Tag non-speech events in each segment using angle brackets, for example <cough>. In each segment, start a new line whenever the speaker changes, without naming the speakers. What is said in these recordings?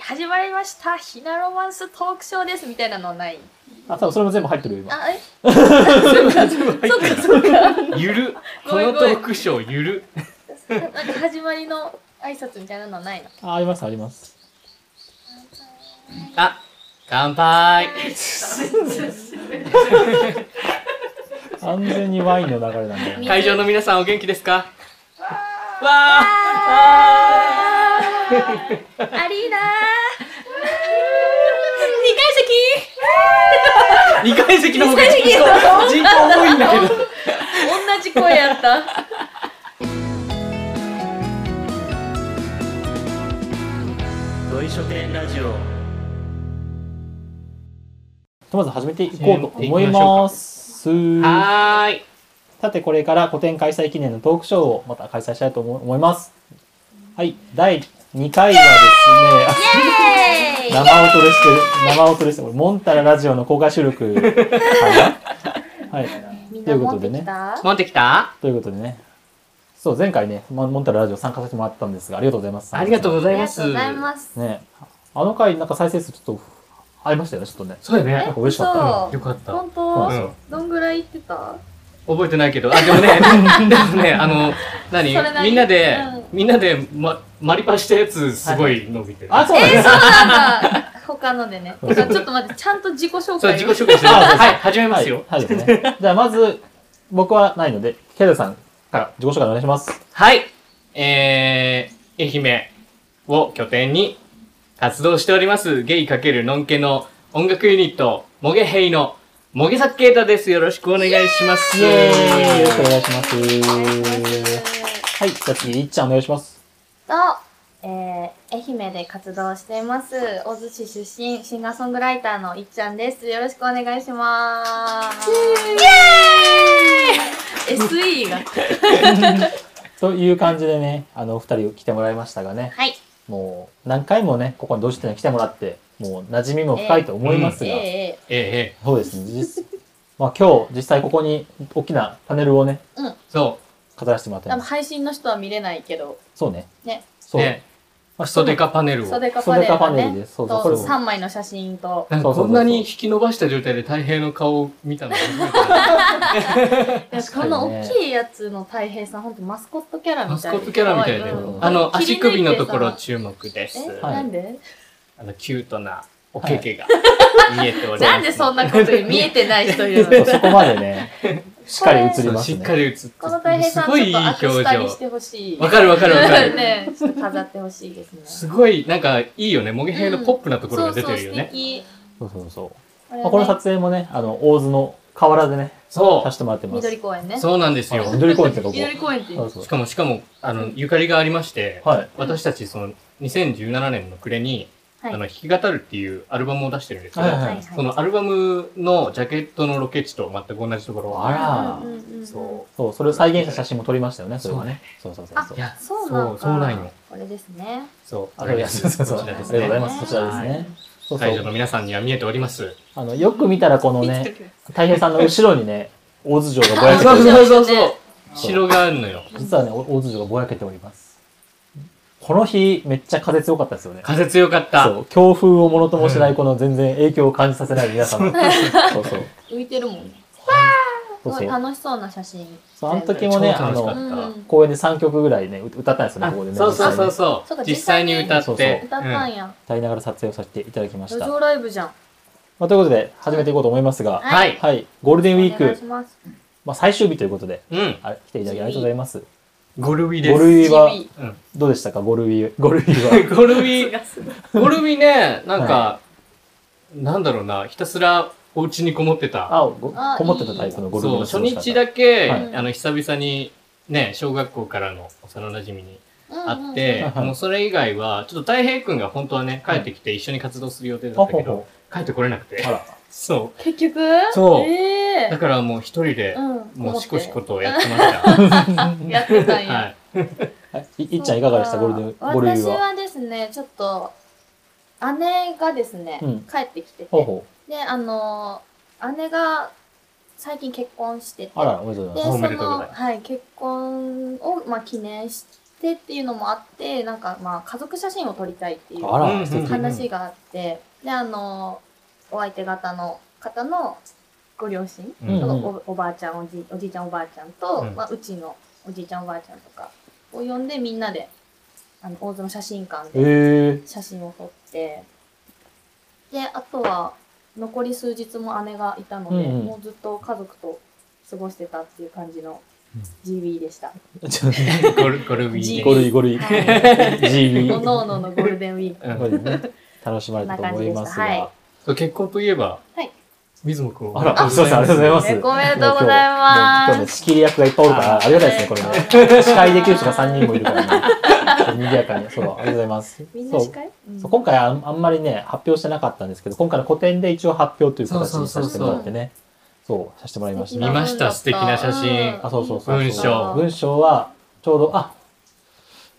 始まりましたひなロマンストークショーですみたいなのはない
あ、多分それも全部入ってるよ、今。
あえ
全部入
そ
っ
ってか
る
そっか
ゆる
ご
こ
めん
の
ご
ト
めん
ークショーゆる
なんか始まりの挨拶みたいなのはないの
あ、あります、あります。
あ乾杯
完全にワインの流れなんだよ。
会場の皆さんお元気ですかわあ
<laughs> あーアリーナー二階
二階席の方が
二階
人
席
口人口多いんだけ <laughs> ど
席同じ声やった
土井書店ラジオ
とまず始めていこうと思います。
はーい
さて、これから古典開催記念のトークショーをまた開催したいと思思います。はい、第2回はで
イエ
すね、<laughs>
ーイ
生音でしてる、生音です。これ、モンタララジオの公開収
<laughs>
録かな。はい、
みん
と
な
いうこ
持
と
って
で
き
ね。
た
持ってきた
ということでね。そう、前回ね、まモンタララジオ参加させてもらったんですが、ありがとうございます。
ありがとうご
あ
ざ
り
いま
が
す
とうございます
ねあの回、なんか再生数ちょっと、ありましたよね、ちょっとね。
そうだ
え
ね
なんか嬉しかったね
嘘
よかった
本当、
うん
どんぐらい行って
<laughs>
た
覚えてないけどあでも <laughs> ねでもねあの何
それ何
みんなで
う
みんなでまマリパしたやつすごい伸びてる
あ、そうだ
えー、
ね
そう。なんだ他のでねちょっと待ってちゃんと自己紹
そう
介
自己紹介してる
あそうそう
はい始めま
はい、
すよ
はいですね。 <laughs> じゃあ、まず、僕はないので、ケイダさんから自己紹介お願いします。
はい。えー、愛媛を拠点に活動しております、ゲイ×ノンケの音楽ユニット、モゲヘイのモゲサッケータです。よろしくお願いします。
イエーイよろしくお願いします。
え
はい、じゃあ次、いっちゃんお願いします。
と、えー、愛媛で活動しています大津市出身シンガーソングライターのいっちゃんですよろしくお願いしますイエーイ SE が
という感じでね、あの、お二人来てもらいましたがね、
はい
もう、何回もね、ここにどうしてね、来てもらって、もう、馴染みも深いと思います
えー、
が、
え
えええ
そうですね、実、 <laughs> まあ今日、実際ここに大きなパネルをね、
えそ
飾らせてもらって
ー、多
ま
分
す。
配信の人は見れないけど
そうね。
ね
う。
そう。
ね、
まあ
クソデカパネルを。
袖かパ
袖
ネ
か
ル
パ
が
ネル
ね
で、そうそう、これ
と
も
3枚の写真と
なん
そうそうそう
か
そう
こんなに引き伸ばした状態で太平の顔を見
<laughs>
たの初めてだ
いや
確
こ
かにね
の大きいやつの太平さん、本当マスコットキャラみたいな。
マスコットキャラみたいで、
うん
あの、
切り抜
足
いて
首のところ
さ
注目です。
え、
はい
なんで
あの、キュートなおけけが見えております。
<laughs> なんでそんなこと言う見えてない人いる
そう
の
そこまでね、しっかり映
そ
り
う
ます
し
ね。
っかり映って、す
この太平さん、
ご
ち
いいい
ょっ
表
とアクスタに
情
し。てほしい。
わかるわかるわかる。
<laughs> ねちょっと飾ってほしいですね。
すごい、なんか、いいよね。モゲヘイのポップなところが出
そう
て
そう
るよ
素
ね。
敵。
そうそうそう。
こ
まあ、この撮影もね、あの、大津の河原でね、
そ
させてもらって
影
ます。
緑公園ね。
う。そうなんですよ
あ。緑公園ってとこ。
緑公園っていう。
そ
し
うそ
かも、しかも、あの、ゆかりがありまして
う。、はい。
私たち、その、2017年の暮れに、あ
はい
の、弾き語るっていうアルバムを出してるんですけ
はい
ど、
はい
そのアルバムのジャケットのロケ地と全く同じところ。
あら
うんうんうんうん
そ
そう、それを再現した写真も撮りましたよね、それ
そう
はね。
ね。
そうそうそう
あ
そう
い。や、
そうなんだ。
そうそうなんよ。
これですね。
そう。
あ、そうです。そうそう
こ
そう。
ち
あ
ら
り
で
が
す
とうござい
ね。
ます。そちらですね。そうそ
会場の
う。
皆さんには見えております。
あの、よく見たらこのね、太平さんの後ろにね、大津城がぼやけて
そ
お
う
り
そう
ます。
<laughs> そう。城があるのよ。
実はね、お大津城がぼやけております。この日、めっちゃ風強かったですよね。
風強かった。
そう、強風をものともしない、この全然影響を感じさせない皆様。そうそう。
浮いてるもんね。す
そ
ご
うそ
い
うん。
楽しそうな写真。
そうあの時もね、
超
あ
楽しか
う
の、
っ
ん。
公演で3曲ぐらいね、う歌ったんですよ
た。
ね、
あ
ここでね。
そうそうそ
そう
実際ね
うそ
か
う。実際に歌
そう
っ
そう
て。
歌ったんや。
歌いながら撮影をさせていただきまし
路
た。
上ライブじゃん。
まあ、ということで、始めていこうと思いますが、
はい。
はい、ゴールデンウィー
お願い
ク
し、ます。
まあ、最終日ということで、
うん。
あ来ていただきありがとうございます。ゴ
ゴルウィ
ールウィーは、
GB
どうでしたかゴールウィー、ゴールウィ
<laughs>
ーは。
ゴルウィ、ゴルウィね、なんか、なんだろうな、ひたすらお家にこもってた。
あ、ご
あ
こもってたタイプのゴールウィー
そう、
の
初
過ごし方
日だけ、
はい
あの、久々に、ね、小学校からの幼馴染みに会っ
うん
て、
うんうん
もうそれ以外は、ちょっと太平君が本当はね、帰ってきて一緒に活動する予定
あ、
だ
ほ
った
ほ
けど、
ほ。
帰ってこれなくて
あ。ら。
そ
結局
そう
え
う。
え
だからもう一人で、
うん
もうしこし
こ
こ
と
やってま
<laughs>
した。
やってたんや、
はい。
はいいいっちゃんいかがでしたゴールデン、ゴールウィー
私
は。
はですねちょっと姉がですね、
うん
帰ってきてて
ほうほ
であの姉が最近結婚してて
う。あら、おめでとうござ
で
います。
そ
おめでとうご
の、
ざいま
はい、結婚を、まあ、記念ししてっていうのもあってなんかまあ家族写真を撮りたいっていう
あ
うん
ら、素敵。
話があって、であのお相手方の方のご両親、
う
う
ん
ん
おおばあちゃんおじおじいちゃんおばあちゃんと、
うん
まあ、うちのおじいちゃんおばあちゃんとかを呼んでみんなであの大津の写真館
え
で
ー、
写真を撮ってであとは残り数日も姉がいたので、
うんうん
もうずっと家族と過ごしてたっていう感じの
うん
GB でした。
ちょっ
<laughs> ゴルゴルビ
と
ー
ジ
五
で
類五類、
はい、お
GB。
のおののゴールデンウィーク。
うん
これね、楽しまれたと思いま
こんな感じでし
す
たはい
が。
そう結婚といえば、
はい、
水野くん
あら、そうです、ありがとうございます。
えおめでとうございま
もう今日もう今日も
す。
仕切り役がいっぱいおるから、ありがたいですね、これね。司会できる人が3人もいるからね。 <laughs> ちょっと賑やかに。そう、ありがとうございます。
みん
そ
な
う
司会うん
そう今回あんあんまりね、発表してなかったんですけど、今回の個展で一応発表という形にさせてもらってね。そう、させてもらいまし
見
た。
ました素敵な写真
あ、そうそうそう。
文章
文章は、ちょうど、あ、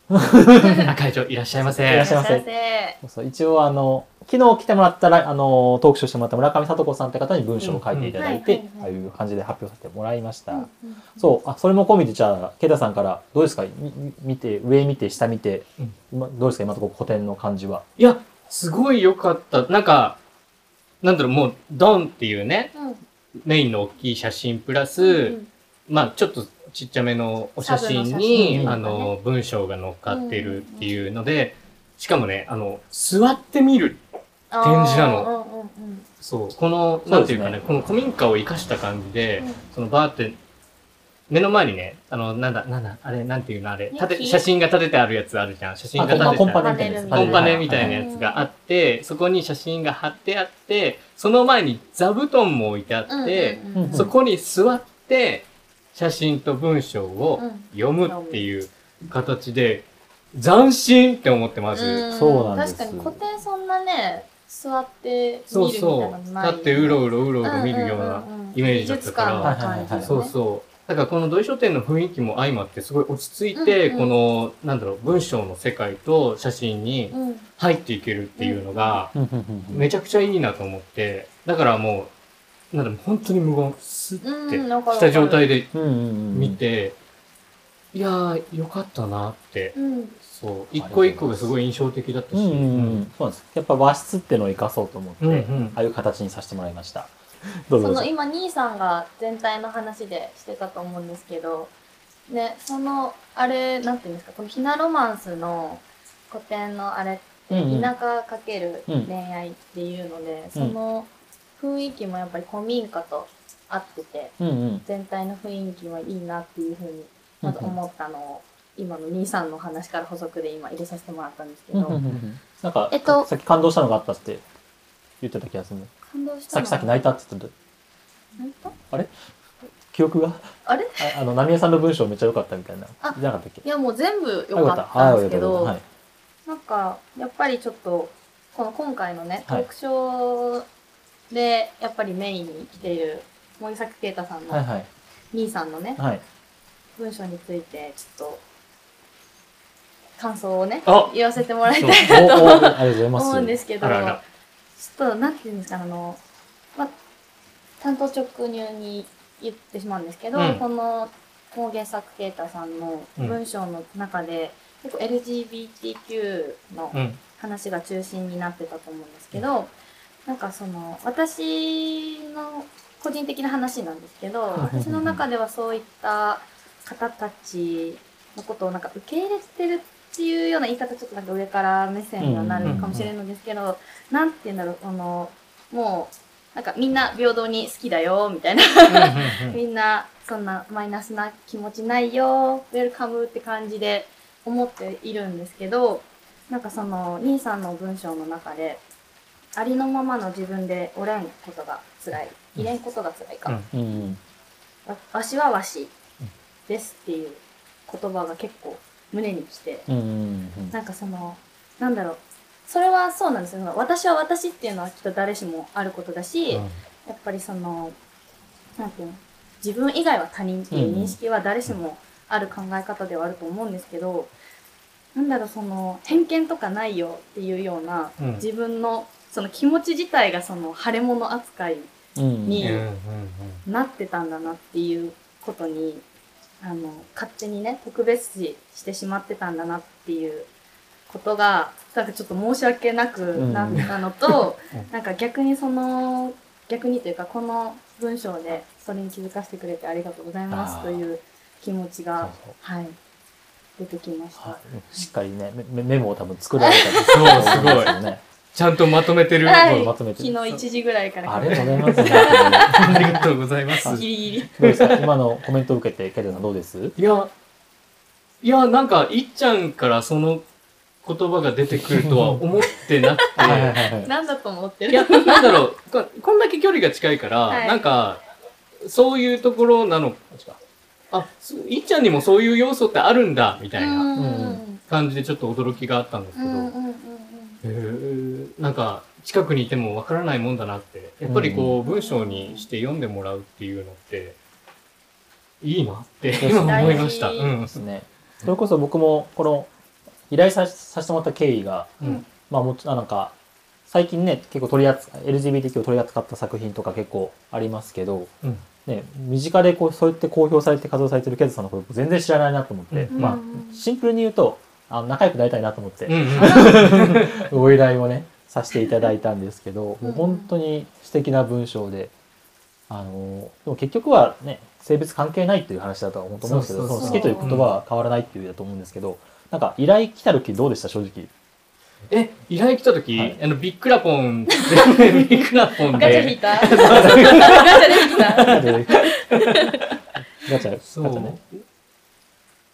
あ会長いらっしゃいま
いら
せ
っしゃいませそうそう一応あの、昨日来てもらったら、あの、トークショーしてもらった村上聡子さんって方に文章を書いていただいて、
うん
ああいう感じで発表させてもらいました。
う。
そう、あ、それも込みで、じゃあ、ケイタさんから、どうですかみみ見て、上見て、下見て、
うん
今どうですか今のところ古典の感じは。
いやすごい良かったなんかなんだろうもうドンっていうね
うん
メインの大きい写真プラス、
うん
まあちょっとちっちゃめのお写真
サブの写
に
真
あの文章が乗っかってるっていうので、しかもねあの座ってみる
展
示なの。
うんうんうん
そうこの
そうですね
なんていうかねこの古民家を生かした感じで、
うん
そのバーって目の前にねあのなんだなんだあれなんていうのあれ
ね
立て
木
写真が立ててあるやつあるじゃん写真
あ
が立ててある
コンパコンパネみたいなやつ
コ
コンパネみた
は
いな
は
やつがあって、そこに写真が貼ってあってその前に座布団も置いてあって、
うんうんうん
そこに座って写真と文章を
うん
読むっていう形で斬新って思ってまず、
ん
そうなんです
確かに古典そんなね、座って
そ
見るみ
う
たいな
そ
の
う
ない。
立ってうろうろうろ
ううんうん
うんろ
うん
見るようなイメージだったから、
はいはいはいは
美術館の
い
感じだよね
そうそうだからこの土井書店の雰囲気も相まってすごい落ち着いて、
うんうん
このなんだろう文章の世界と写真に
うん
入っていけるっていうのが
め
めちゃくちゃいいなと思ってだからもうなんだろう本当に無言スッて
うんわかる
した状態で
うんうんう
見
ん。
て、いやーよかったなって
うん
そう一個一個がすごい印象的だった
う
し、
んうんうん。そうなんです。やっぱ和室ってのを生かそうと思って、
うんうん
ああいう形にさせてもらいました。どうぞ
そ
どうぞ
の。今兄さんが全体の話でしてたと思うんですけど、ね、そのあれなんていうんですかこのひなロマンスの古典のあれって
うんうん
田舎かける恋愛っていうので、その雰囲気もやっぱり古民家と合ってて
うんうん。
全体の雰囲気はいいなっていうふうにまず思ったのを今の兄さんの話から補足で今入れさせてもらったんですけ
うんうんう
ど
んうんなんか、
えっと
さっき感動したのがあったって言ってた気がするね。
感動した
さっ
の
きさっき泣いたって言ってた。
本当
記憶が
あれ
ああの、波江さんの文章めっちゃ良かったみたいな。
あ
じゃなかったっけ
いやもう全部
あ
良かったんですけ
あ
ど
よかっ。
なんか、やっぱりちょっと、この今回のね、ト
はい
ークショーで、やっぱりメインに来ている、森崎啓太さん
たはい
の、
はい
兄さんのね、
は
<laughs>
い。はい。
文章について、ちょっと、感想をね
あ、
言わせてもらいたい
おおありがとうございます。
思うんですけど、
あ
ち
らあ
ょっ
ら
と、なんていうんですか、あの、まあ、担当直入に言ってしまうんですけど、
うん
この工芸作啓太さんの文章の中で、結構 LGBTQ の
うん
話が中心になってたと思うんですけど、なんかその私の個人的な話なんですけど、
いはいはい
私の中ではそういった方たちのことをなんか受け入れてるっていうような言い方ちょっとなんか上から目線にはなるかもしれないんですけど、なんて言うんだろうあのもうなんかみんな平等に好きだよみた <laughs> いな
うんうんうん
みんなそんなマイナスな気持ちないよウェルカムって感じで思っているんですけどなんかその兄さんの文章の中で「ありのままの自分でおれんことが辛い」「いれんことが辛いか」
うん
うんうん。
わ「わしはわしです」っていう言葉が結構胸にきて
うんうんうん。
なんかそのなんだろうそれはそうなんですよ私は私っていうのはきっと誰しもあることだし、やっぱりその、なんていうの、自分以外は他人っていう認識は誰しもある考え方ではあると思うんですけど、なんだろう、その、偏見とかないよっていうような、
うん
自分の、その気持ち自体がその、腫れ物扱い
うん
に
うんうんうん
なってたんだなっていうことに、あの勝手にね特別視してしまってたんだなっていうことがなんかちょっと申し訳なくなったのと、
うん
なんか逆にその逆にというかこの文章でそれに気づかせてくれてありがとうございま
あー
すという気持ち
そう
が
そう
はい出てきました。
はい、しっかりねメメメモを多分作られたりす
そうすごい
よね。
ちゃんとまとめ
<laughs>
てる。
は
あ
どう
い
ぞまとめて
昨日1時ぐらいから
ありがとうござい
<laughs>
ます。
りがとうございます。
<laughs> ギリギリ。
どうですか今のコメントを受けて、ケイタさんどうです
いや、いや、なんか、いっちゃんからその言葉が出てくるとは思ってなくて、
はいはい。
なんだと思って
い
る
や、なんだろう、ここんだけ距離が近いから、
はい
なんか、そういうところなのあ、そういっちゃんにもそういう要素ってあるんだ、みたいな
うんうん
感じでちょっと驚きがあったんです
う
けど、
んうんうん
へーなんか、近くにいてもわからないもんだなって、やっぱりこう、文章にして読んでもらうっていうのって、いいなって今思いました。
大事
うん
ですね。それこそ僕も、この、依頼ささせてもらった経緯が、
うん
まあもちろんなんか、最近ね、結構取り扱、LGBTQ を取り扱った作品とか結構ありますけど、
うん
ね、身近でこう、そうやって公表されて活動されてるケイタさんのこと全然知らないなと思って、
う
うん。
ま
う
あ、
ん
シンプルに言うと、あの仲良くなりたいなと思って、
うんうん
ご依頼をね、させていただいたんですけど、
うん
もう本当に素敵な文章で、あの、でも結局はね、性別関係ないという話だとは思うんですけ
そ
ど、
うそう
そ
そう
の好きという言葉は変わらないっていうだと思うんですけど、なんか依頼来た時どうでした正
<laughs>
直。
え、依頼来た時、
はい
あの、ビックラポン、 <laughs> ビックラポン
ガチャ引
で
い、たガチャで引いた
ガチャ、ガチ
そう
ャね。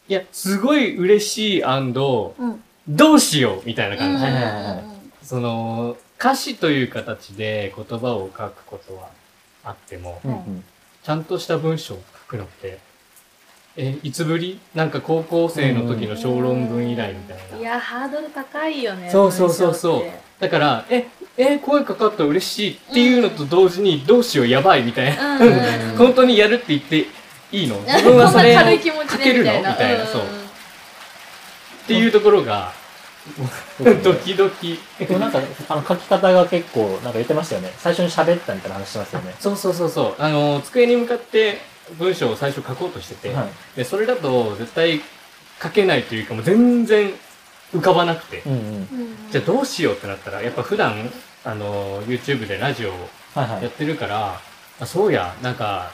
いや、すごい嬉しいど
うん
うしようみたいな感じ。
はいはいはい
その、歌詞という形で言葉を書くことはあっても、
うんうん
ちゃんとした文章を書くのって、え、いつぶりなんか高校生の時の小論文以来みたい
い
な。
や、ハードル高いよね。
そうそうそうそう
文章って
だから、え、え、声かかった嬉しいっていうのと同時に、どうしようやばいみたいな。
うんうんうん。
本当にやるって言っていいの自分はそれ
こんな
を
軽い気持ち
かけ
で
る
み
の
たい
み
な。
たいな、そう。
んん
っていうところが、ドキドキ。
でもなんか、あの、書き方が結構、なんか言ってましたよね。最初に喋ったみたいな話してますよね。
そうそうそうそう。あの、机に向かって文章を最初書こうとしてて、
はい。
でそれだと絶対書けないというか、もう全然浮かばなくて、
うんうん。
うんうん
じゃあどうしようってなったら、やっぱ普段、あの、YouTube でラジオを
はいは
やっ
い。
てるから、あそうや、なんか、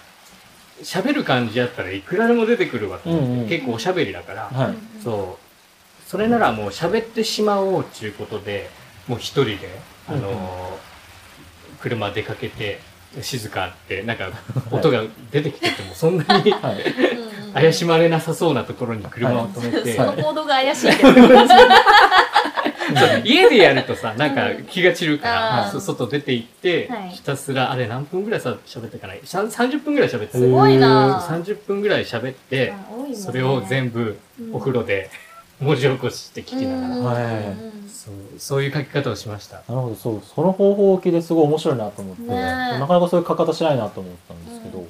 喋る感じやったらいくらでも出てくるわと思って、
うんうん
結構おしゃべりだから、
はい。
そう。それならもう喋ってしまおうっていうことで、もう一人で、あのー
うん
車出かけて、静かって、なんか、音が出てきてても、そんなに
はい。
<laughs>
うんうん
怪しまれなさそうなところに車を止めて、
その
はい
行動が怪しいけど。うん
そう家でやるとさ、なんか気が散るから、
あー
そ外出て行って、
はい
ひたすら、あれ何分ぐらいさ喋ったかないさん ?30 分ぐらい喋ってた
す
ごいな
そう30分ぐらい喋って、それを全部お風呂で文字起こしして聞きながら、
はい
そうそういう書き方をしました。
なるほど、そう、その方法を聞いてすごい面白いなと思って、
ねえ
なかなかそういう書き方しないなと思ったんですけど、
うん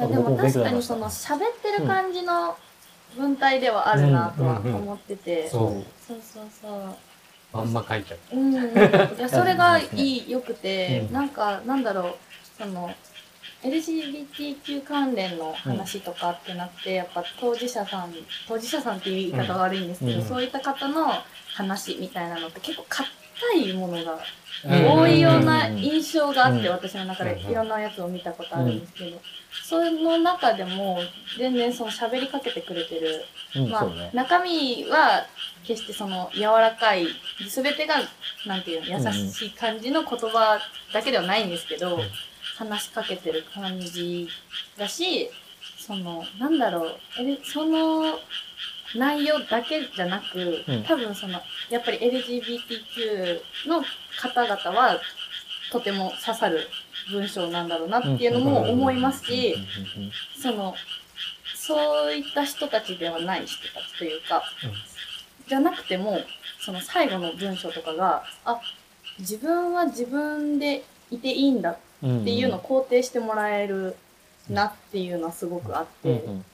多いもんねうんうんうんいやでも確かにその喋ってる感じの文体ではあるなとは思ってて。そう
そ
そうそう。
う。まんま書いちゃった。
うん、いやそれがいい、良くて、
うん
なんか、なんだろう、その、LGBTQ 関連の話とかってなって、やっぱ当事者さん、当事者さんっていう言い方が悪いんですけど、
うん
そういった方の話みたいなのって結構硬いものが
うん
多いよう
う
なん印象があって、
うん
私の中で
うん
いろんなやつを見たことあるんですけど、その中でも全然その喋りかけてくれてる
うん、
ま
そ
あ
うね。
中身は決してその柔らかい全てがなんていうの優しい感じの言葉だけではないんですけど、
うん
話しかけてる感じだしそのなんだろうえその内容だけじゃなく、
うん
多分そのやっぱり LGBTQ の方々はとても刺さる文章なんだろうなっていうのも思いますし。
うんうんうん
そのそういった人たちではない人たちというか、
うん
じゃなくてもその最後の文章とかがあ自分は自分でいていいんだ
うんうん
っていうのを肯定してもらえるなっていうのはすごくあっ
うんう
て、
ん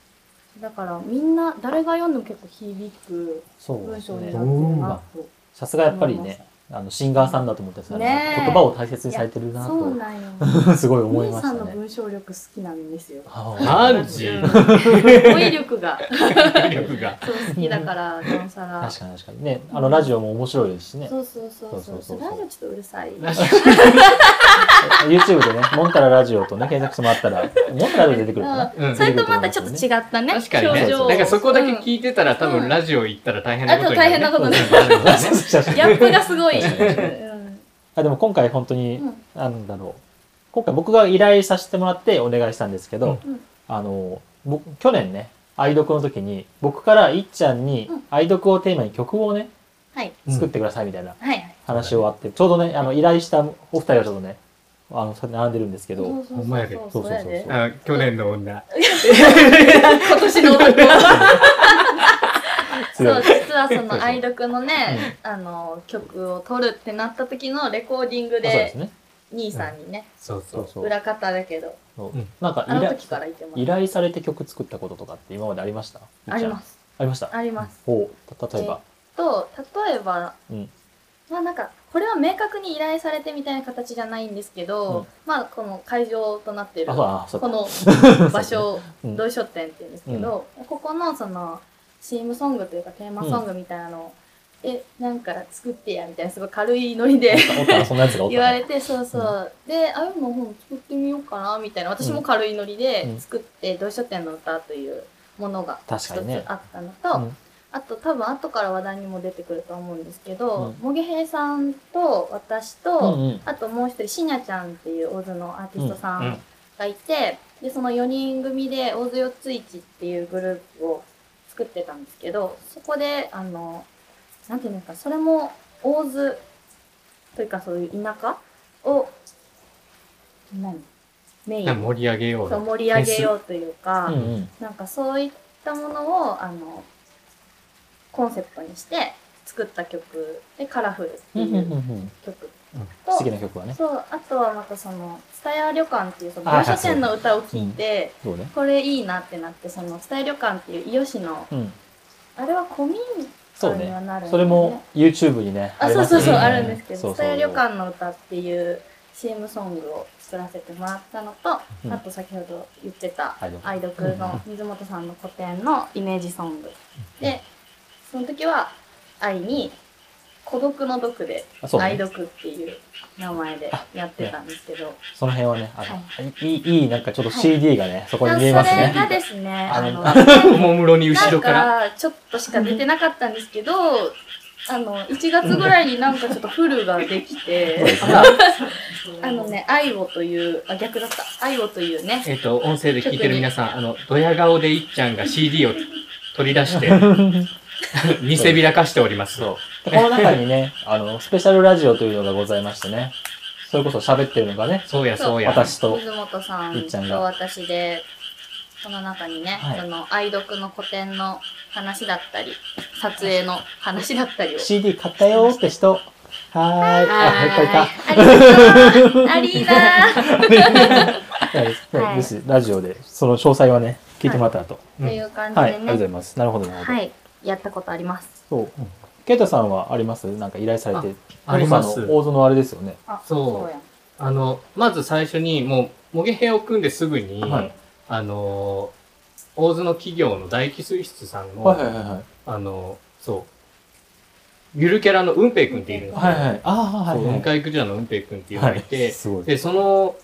だからみんな誰が読んでも結構響く
そう
文
です
章に
ね
なってるなと。
さすがやっぱりね、あのシンガーさんだと思ってですね
ねえ
言葉を大切にされてるな
そうなんよ。
とすごい思い
兄
まし
さ
た
んの
ね。
文章力好きなんですよ。
あ
マ
ー
ジ
うん語彙力が <laughs>
体力が。
そう好きだから、なおさら
確。かに確かにねあのラジオも面白いですしね
そうそうそう
そ
そうう
そ
そう
そう
う。ラジオちょっとうるさい。
YouTube でね「モンタララジオ」とね検索してもらったら「モンタラ」で出てくるかな
うんそれとまたちょっと違ったね。
確かにね。
表情を
なんかそこだけ
うん
聞いてたら、多分ラジオ行ったら大変なこと
あ
に
と大変なことになる
なる
<laughs>
ね。
ギャップがすごい。
確かに確か
うん
あでも今回本当に、
うん
なんだろう今回僕が依頼させてもらってお願いしたんですけど、
うん
あの僕去年ね愛読の時に僕からいっちゃんに
うん
愛読をテーマに曲をね
はい。
うん
作ってくださいみたいな
はいはい。
話終わって、ちょうどねあの依頼したお二人がちょっとねあのそれ並んでるんですけど、
そうそうそう
ほんまやで
そうそうやで
そうそうそう
<laughs> あ去年の女。
今年の男。そ
強
う、
い
実はその愛読のね、あの、曲を取るってなった時のレコーディング
あそうです
で、
ね
兄さんにね、
そうそ
そう
う。
そう
裏方だけど、
そう、
うん
なんか
あ
依
の
頼
時からいてます
依。頼されて曲作ったこととかって今までありましたいっちゃん
あります。
ありました
あります。
ほうた例えば、
と、例えば、
うん
まあなんか、これは明確に依頼されてみたいな形じゃないんですけど、
うん
まあこの会場となっている、
あ
こ
そうあそうだ <laughs>
の場所、
うん
土井書店っていうんですけど、ここのその、CM ソングというかテーマソングみたいなのを、え、なんか作ってや、みたいなすごい軽いノリで
おったなそんなやつがおった
言
な
われてそうそう、であももう作ってみようかなみたいな私も軽いノリで
うん
作って「同書店の歌」というものが一
確
つ
かにね
あったのと、
うん
あと多分後から話題にも出てくると思うんですけど、
うん
もげへいさんと私と、
うんうん
あともう一人しにゃちゃんっていう大津のアーティストさ
うんうん
んがいて、でその4人組で大津四つ市っていうグループを作ってたんですけどそこであのなんていうんですかそれも大津というかそういう田舎を何メイ
なんか
ン
盛り上げよう
と
よ。
盛り上げようというか、
うんうん
なんかそういったものをあのコンセプトにして作った曲で「カラフル」って
うんうん
い
うんう
うん曲と、
素敵な曲はね。
そう、あとはまたその、蔦屋旅館っていう、その、
あ
洋書店の歌を聴いて、
そうね。
これいいなってなって、その、蔦屋旅館っていう伊予市の、
うん。
あれは古民
そ
家
う
には
ね。
なるんだよね
それも YouTube にね。
あ、
り
そう
ます
そうそ
よね
う、あるんですけ
そ
ど、
うそ
蔦
う
屋旅館の歌っていう CM ソングを作らせてもらったのと、
うん
あと先ほど言ってた
愛読
愛読の水本さんの古典のイメージソング。で、その時は愛に孤独の毒で
あそうね
愛読っていう名前でやってたんですけど、
その辺はね、あ
は
の、いい、いい、なんかちょっと CD がね、そこに見えます
それが
ね。
ですね、
あ
あ
の
の、
おもむろに後
な
ろ
ん
から。
かちょっとしか出てなかったんですけど、あの、1月ぐらいになんかちょっとフルができて、あのね、愛をという、あ、逆だった。愛をというね、
えっと、音声で聞いてる皆さん、あの、ドヤ顔でいっちゃんが CD を取り出
<laughs>
して、見せびらかしております。
そう。でこの中にね、あの、スペシャルラジオというのがございましてね。それこそ喋ってるのがね、
そうや、そうや。
私と。
水本さ
りっ
ん
ちゃんが
と私で、この中にね、
はい
その愛読の古典の話だったり、撮影の話だったりを。
CD 買ったよーって人。はーい。あ、いっぱいい
は
た。
いありがとう。ありがとう。
はい
は
はいい。です。ラジオで、その詳細はね、聞いてもらったらと。
という感じ
はい。あ
で
りがとうござい
ね、
ます。なるほど、なるほど。
はい、やったことあります。
そう。ケイタさんはありますなんか依頼されて。
ああります
ケイタさんの大園のあれですよね。
あ
そう
やん
あの、まず最初に、もう、模擬兵を組んですぐに、
はい
あの、大津の企業の大気水質さんの、
はいはいはいはい。
あの、そう、ゆるキャラのうんぺいくんっているんですよ。
はいはい。ああ、は
そう
い
雲
はい。
海クジラのうんぺいくんっていうのがいて、
すごい。
で、その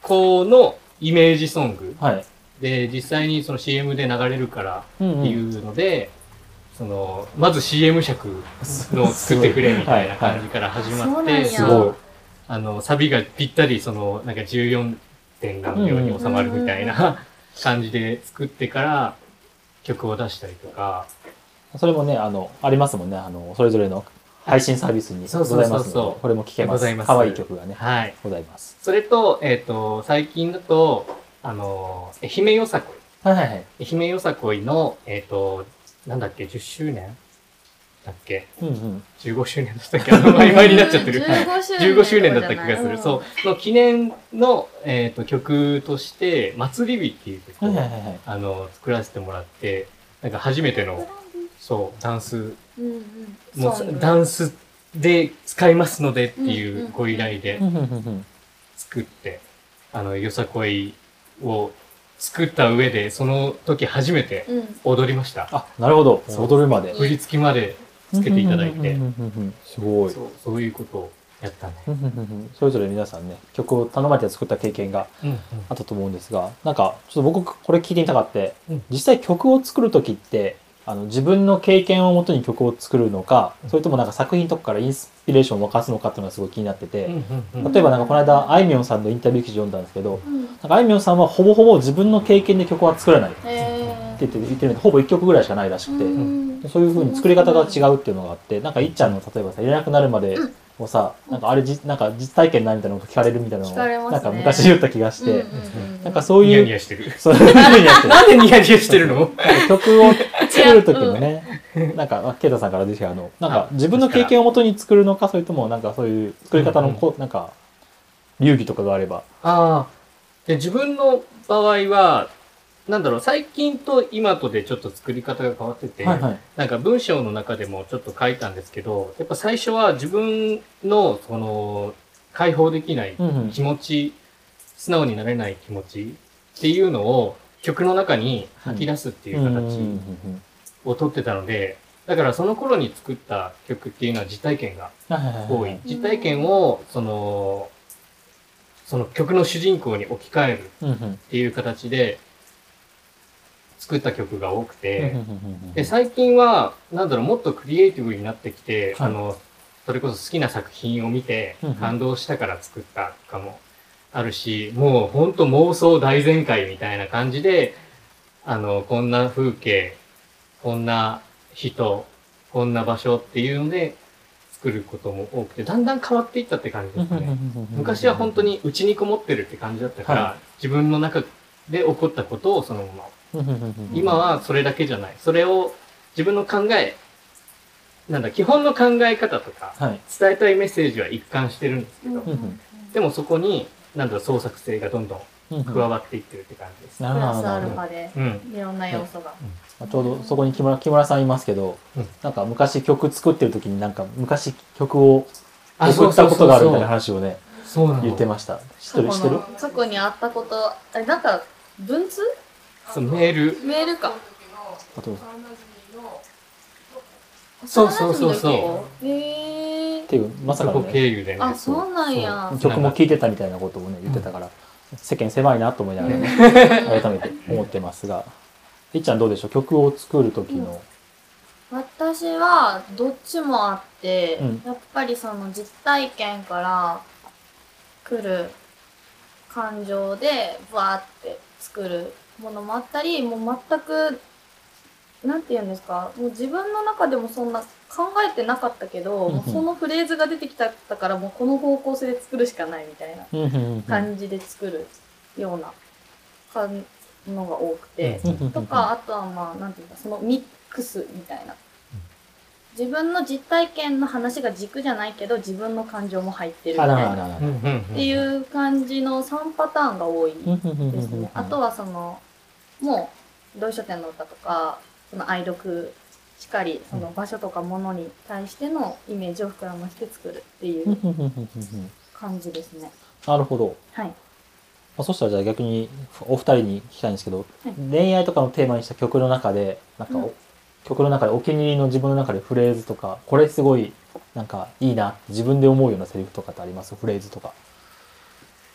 子のイメージソング
はい。
で、実際にその CM で流れるから
うん
って
う
い
ん。
うので、その、まず CM 尺の作ってくれみたいな感じから始まっ
はいは
て、
い
す
そうなん
ごい
や、
あの、サビがぴったり、その、なんか14点なのように収まるみたいな感じで作ってから曲を出したりとか、
それもね、あの、ありますもんね。あの、それぞれの配信サービスにご
そうそう
ざいま
そ
す
うそ
の
う
で、これも聴けま
ござい
す。
ます
可愛い曲がね、
はい。
ございます。
それと、えっ、と、最近だと、あの、愛媛よさこ
はいはいはい。
い。愛媛よさこいの、えっ、と、なんだっけ、10周年だっけ
うんうん。
15周年だったっけ
<laughs>
あの、曖昧になっちゃってる。15
15
周
周
年
年
だ
と
っ
か
た
じゃな
気
い
がする。そう。の記念の、えっ、と、曲として、祭り日っていう曲
はい
を
はいはいはい。
あの、作らせてもらって、なんか初めての、そう、ダンス、
うんうん
も
そう
う
ね
ダンスで使いますのでってい
うん
う
うん
ご依頼で
うんうんうん
作って、あの、よさこいを作った上で、その時初めて
うん。
踊りました。
あ、なるほど。
そう
踊るまで。
振り付きまでつけていただい
うん
て
う、んうんうん。すごい。
そうそういうことをやったね。
うんうんうんうんそれぞれ皆さんね、曲を頼まれて作った経験が
うんうん
あったと思うんですが、なんか、ちょっと僕、これ聞いてみたかって、
うん
実際曲を作るときって、あの、自分の経験をもとに曲を作るのか、それともなんか作品とかからインスピレーションを沸かすのかっていうのがすごい気になってて、
うんうん
例えばなんかこの間、あいみょんさんのインタビュー記事読んだんですけど、
うん。
なんかあいみょんさんはほぼほぼ自分の経験で曲は作らないって
えー
言って言ってるんで、ほぼ1曲ぐらいしかないらしくて、
うん
そういう風に作り方が違うっていうのがあって、なんかいっちゃんの例えばさ、いらなくなるまで
うん
をさ、なんかあれじ、なんか実体験ないみたいなこと聞かれるみたいなのを、
聞かれますね
なんか昔言った気がして、
うんうんうん
なんかそう
ニ
い
ヤ
う、
ニヤしてる。
そういう風にやってる。
なんでニヤニヤしてるの
曲を作る時のね、なんか、あケイタさんからぜひあの、なんか
あ
自分の経験をもとに作るのか、それともなんかそういう作り方のこ、うなんか、流儀とかがあれば。
ああ。で、自分の場合は、なんだろう、最近と今とでちょっと作り方が変わってて、
はいはい。
なんか文章の中でもちょっと書いたんですけど、やっぱ最初は自分の、その、解放できない
うんうん
気持ち、素直になれない気持ちっていうのを曲の中に吐き出すってい
う
う
んうんう
形
ん
をとってたので、だからその頃に作った曲っていうのは実体験が
はいはいはい
多い。実体験を、その、その曲の主人公に置き換えるっ
うんうん
ていう形で作った曲が多くて、
うんうんうんうん
で、最近は、なんだろう、もっとクリエイティブになってきて、
はい
あの、それこそ好きな作品を見て
うんうん、
感動したから作ったとかもあるし、もうほんと妄想大全開みたいな感じで、あの、こんな風景、こんな人、こんな場所っていうので作ることも多くて、だんだん変わっていったって感じですかね。昔は本当にうちにこもってるって感じだったから、
は
自分の中で起こったことをそのまま
うんうんうんうん
今はそれだけじゃない。それを自分の考え、なんだ、基本の考え方とか、
はい。
伝えたいメッセージは一貫してるんですけ
うん
ど
う、ん
でもそこに、なんだろう、創作性がどんどん
うんうん
加わっていってるって感じです。
プラス
な
ア
る
ルフ
ほど。
ァで
うん。
いろんな要素が。
まあちょうどそこに木村木村さんいますけど、
うん
なんか昔曲作ってる時になんか昔曲を
あ
送ったことがあるみたいな
そう
話をね、
そうそうそうなの
言ってました。知ってる知ってる
過去の過去にあったこと、あれなんか文通
そうメール。
メールか。
あとっ
そうそうそうそう
う。へえー。
ていう、まさか
そ
の
こ
ね、
経由でね。
あ、そうなんや。
曲も聴いてたみたいなことをね、言ってたから、世間狭いなと思いながらね、改めて思ってますが、いっちゃんどうでしょう曲を作る時の。
私はどっちもあって、
うん
やっぱりその実体験から来る感情でバーって作るものもあったりもう全くなんて言うんですかもう自分の中でもそんな考えてなかったけど、
うんうん
もうそのフレーズが出てきたからもうこの方向性で作るしかないみたいな
うんうんうん
感じで作るような感のが多くて。
うん
とか、あとはまあ、なんていうか、そのミックスみたいな。自分の実体験の話が軸じゃないけど、自分の感情も入ってるみ
あ
たい
らら
な。
ら
っ
ら
うんうんうん
ていう感じの3パターンが多いで
うんうんうんうん
すね。あとはその、もう、同書店の歌とか、その愛読しかり、その場所とかものに対してのイメージを膨らまして作るってい
うんう
うん
うんうんうん
感じですね。
なるほど。
はい。
まあ、そしたらじゃあ逆にお二人に聞きたいんですけど、
はい
恋愛とかのテーマにした曲の中でなんかお、
うん
曲の中でお気に入りの自分の中でフレーズとかこれすごいなんかいいなって自分で思うようなセリフとかってありますフレーズとか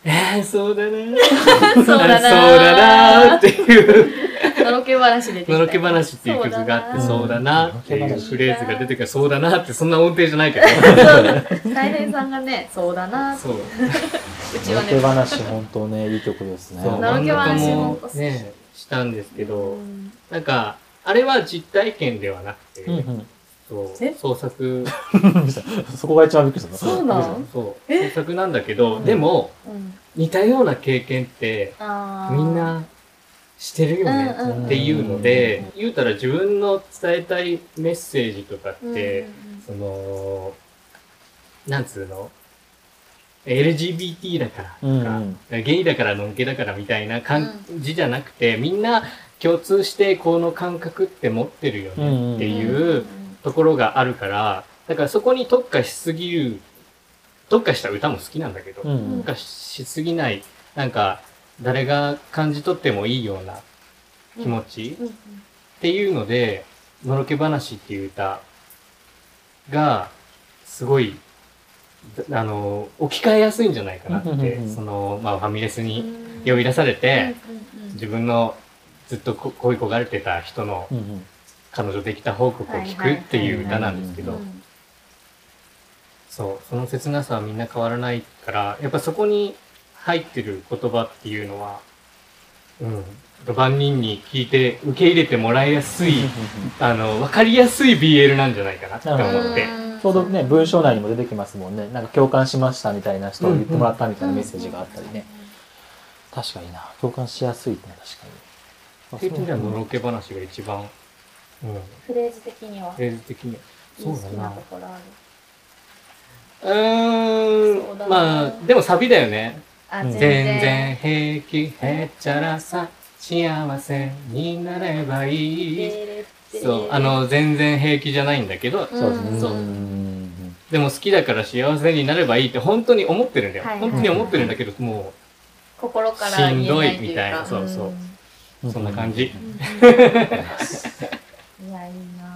えーそうだ
<laughs>
な
そうだな
<laughs> そうだなっていう、 <laughs>
のろけ話でできた
のろけ話っていう曲があって、
そ
そうう
だ
だ
な
なっていうフレーズが出てくる、そうだなって、そんな音程じゃないけど。
大変さんがね、そうだなって
そう。
うち
の
は
ろけ
ね、
話本当ねいい曲ですね
そう、
な
真
る
ん
けど
中
安心
も
本当好き
ね、したんですけ
う
ど、
ん
なんか、あれは実体験ではなく
うんう
て、
ん
そう
え
創作、
そこが一番びっくりした
そうなん
そう、創作なんだけど、でも、
うん、
似たような経験って、
あー
みんなしてるよね
うんうんうん
っていうので、言うたら自分の伝えたいメッセージとかっ
うん
て、その、なんつうの ?LGBT だから
うん
とか、ゲイだからのんけだからみたいな感じじゃなくて、みんな共通してこの感覚って持ってるよ
うんうん
ねって
うん
いうところがあるから、だからそこに特化しすぎる、特化した歌も好きなんだけど、
うんうん
特化しすぎない、なんか、誰が感じ取ってもいいような気持ち
うんうん
っていうので、のろけ話っていう歌が、すごい、だあの、置き換えやすいんじゃないかなっ
うんうん
て
う、ん
その、まあ、ファミレス
う
に
ん
呼び出されて、
うんうん
自分のずっとこ恋焦がれてた人の
うんうん
彼女できた報告を聞くっていう歌なんですけ
う
ど、
ん
そう、その切なさはみんな変わらないから、やっぱそこに入ってる言葉っていうのは、うん、万人に聞いて受け入れてもらいや
<laughs>
すい、あの、わかりやすい BL なんじゃないかなって思って。
うん
ちょうどね、文章内にも出てきますもんね。なんか共感しましたみたいな人を言ってもらったみたいなメッセージがあったりね。確かにな。共感しやすいね、確か
経
に。
験ではのろけ話が一番、うん、
フレーズ的には
フレーズ的には。そうだ
好きな
な
と。ころある
うー、
そうんだな
まあ、でもサビだよね。
あ
うん
全然平気へっちゃらさ幸せになればいいそうあの全然平気じゃないんだけど、
うん
そうですね。
そう
うん
でも好きだから幸せになればいいって本当に思ってるんだよ、
はいはい
本当に思ってるんだけども
心から言えないとうか
しんどいみたいなそう <laughs> そううそんな感。じ、
うんいやいいな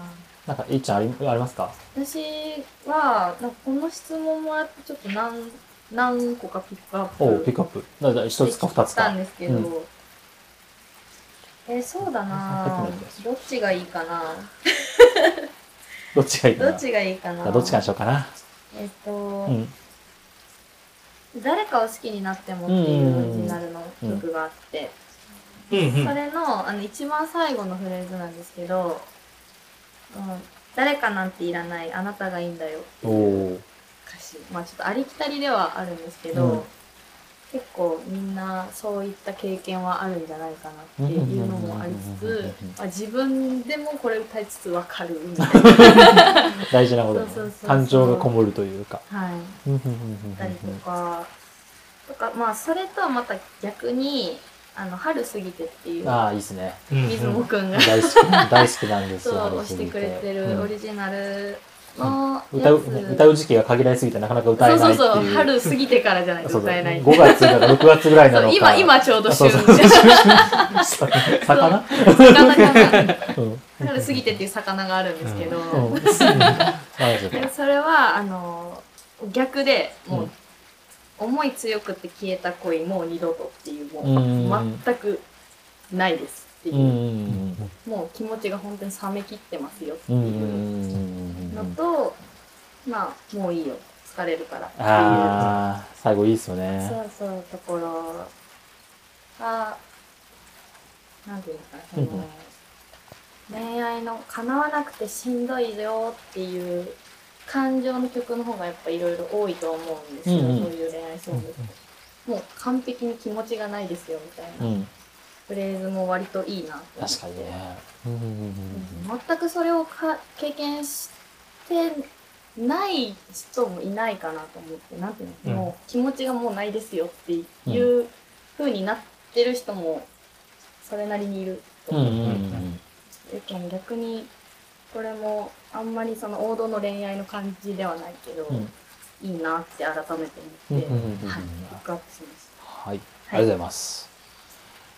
なんか、いっちゃんありありますか
私はなんかこの質問もらってちょっと何何個かピックアップ
おうピックアップ。だだ一つか二
し
つ
た
か
ん。ですけど、
う
えそうだなどっちがいいかな
どっちがいい
ど
かな
っちがいいかな
どっちかにしようかな。
えっと、
うん。
誰かを好きになってもっていうオリジナルの曲があって、
うんうん
それのあの一番最後のフレーズなんですけど、うん、誰かなんていらない、あなたがいいんだよ、
おお。
歌詞。まあちょっとありきたりではあるんですけど、
うん
結構みんなそういった経験はあるんじゃないかなっていうのもありつ
うんうんうんうんうん
つ
うん、
まあ、自分でもこれ歌いつつわかるみた
<laughs>
いな。
大事なことだね
そうそうそうそう
感情がこもるというか。
はい。
うんうん
だったりとか、とか、まあそれとはまた逆に、あの、春過ぎてってい
うん
う、
ああ、いいですね。
うん
水野くんが
大好き、大好きなんで
そ
すよ。
う
春
押してくれて
うん
るオリジナルの
歌う、ね歌う時期が限られすぎてなかなか歌
そ
え
うそ
ないうってい
そ
う。
う春過ぎてからじゃないと
そうそう
歌えない
5月だから6月ぐらいな
そ
の
う
か。
今今ちょうど旬
そう
<laughs>
そうそう魚
魚が
うん。
春過ぎてっていう魚があるんですけど、
うん。大丈
でそれはあの逆でもう、思い強くて消えた恋もう二度とっていうもう、
うん
全くないですっていうう、
ん。
もう気持ちが本当に冷めきってますよって
うん。う。
いうんのと、まあもういいよ疲れるからっていう
ああ、最後いいっすよね。
そうそう、ところが、なんていうのかな、そ
うんう
の、恋愛の叶わなくてしんどいよっていう感情の曲の方がやっぱいろいろ多いと思うんですよ、
うんうん。
そういう恋愛ソングって。もう完璧に気持ちがないですよみたいうなんフレーズも割といいなと思って
確かにね。うん。
うん全くそれをか経験してない人もいないかなと思ってなんていうの、
うん
もう気持ちがもうないですよっていうう風になってる人もそれなりにいると
うん。う
思
ん。
うけど、逆にこれもあんまりその王道の恋愛の感じではないけど、
うん
いいなって改めて
うん。う
思っ
ん
て、。はいピックアップしまし
はい。ありがとうございます。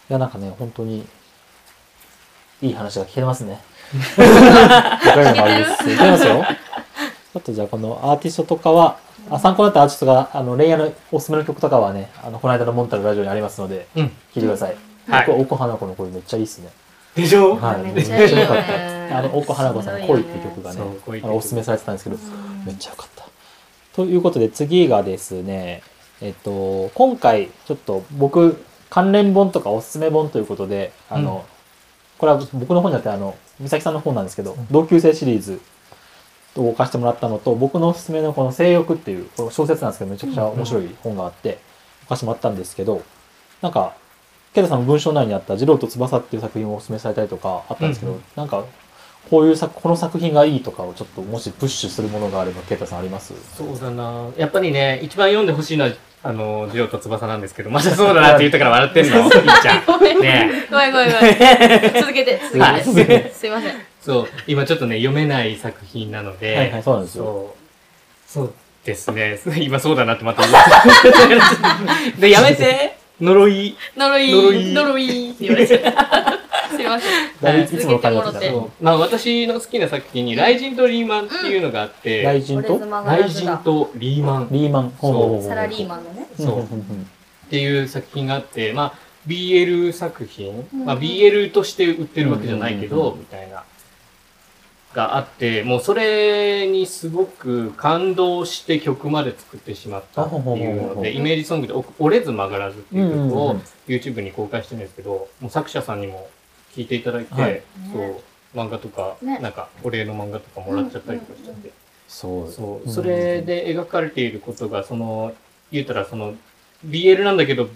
いや、なんかね、本当に、いい話が聞けてますね。他にもあります。聞けてますよ。ちょっとじゃあ、このアーティストとかは、あ参考になったアーティストが、あの、恋愛のおすすめの曲とかはね、あの、この間のモンタルラジオにありますので、
うん
聴いてください。
はい
僕は奥花子の声めっちゃいいっすね。
でしょ、
は
た、
い
めっちゃいい
めっ
よ
ちゃ良か
ね
ったあの、奥花子さんの恋って曲がね
そう恋って曲、
あのおすすめされてたんですけど、
うん
めっちゃ良かった。ということで次がですね、えっと、今回ちょっと僕、関連本とかおすすめ本ということで、あの、これは僕の本じゃなくて、あの、美咲さんの本なんですけど、同級生シリーズを動かしてもらったのと、僕のおすすめのこの性欲っていう、この小説なんですけど、めちゃくちゃ面白い本があって、動かしてもらったんですけど、なんか、ケイタさんの文章内にあった、ジローと翼っていう作品をおすすめされたりとかあったんですけど、
うんうん
なんか、こういう作、この作品がいいとかをちょっともしプッシュするものがあれば、ケイタさんあります
そうだなやっぱりね一番読んでほしいのはあの、ジローと翼なんですけど、またそうだなって言ったから笑ってんの、
<laughs>
いっちゃ
ごめん
ん。ね
ごめんごめんごめん。続けて、続
はい
けて。すいません。
そう、今ちょっとね、読めない作品なので、
はいはいそうなんですよ
そう。そうですね。 <laughs> 今そうだなってまた言った。で、やめて呪い。
呪い、
呪い
呪いって言われちゃった。すいません。
だいぶいつもの感じだった
え
な。
まあ私の好きな作品に、雷神とリーマンっていうのがあって、
雷神
俺
と
妻が
雷
夏
神
だ。
とリーマン
リーマン。ほうほうほうほう
サラリーマンのね。
そう
うんうんうん
っていう作品があって、まあ、BL 作品、
うん
まあ、BL として売ってるわけじゃないけ
うんうん
ど、
うんうん
みたいな、があって、もうそれにすごく感動して曲まで作ってしまったっていう
あほほほ
の
ほ
で、イメージソングでお折れず曲がらずっていう曲
うんうんう
を
ん
YouTube に公開してるんですけど、もう作者さんにも聴いていただいて、
はい
そう、漫画とか、
ね
なんかお礼の漫画とかもらっちゃったりとかしちゃって、
そう。
そうう、
ん
それで描かれていることが、その、言うたらその、BL なんだけど、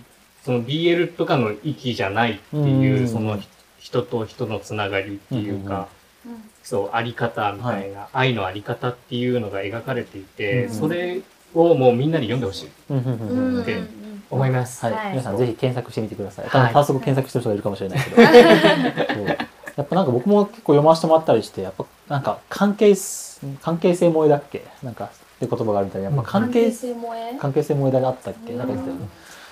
その BL とかの域じゃないって
うんうん
いうう、
ん
そのひ人と人のつながりっていう
うんうんうん
か、そう、あり方みたいな、愛のあり方っていうのが描かれていて、
うん
それをもうみんなに読んでほしい
う
と
んうん
う
うん
ん。
うん
うん
で思います。
はい
はい、
皆さんぜひ検索してみてください。多
は
分
い
早速検索してる人がいるかもしれないけど。そう <laughs> やっぱなんか僕も結構読ませてもらったりして、やっぱなんか関係す、関係性萌えだっけなんかって言葉があるみたいに、やっぱ関
関
係
係、性萌え。
関係性萌えだあったっけ
うん
なんか言ってたよね。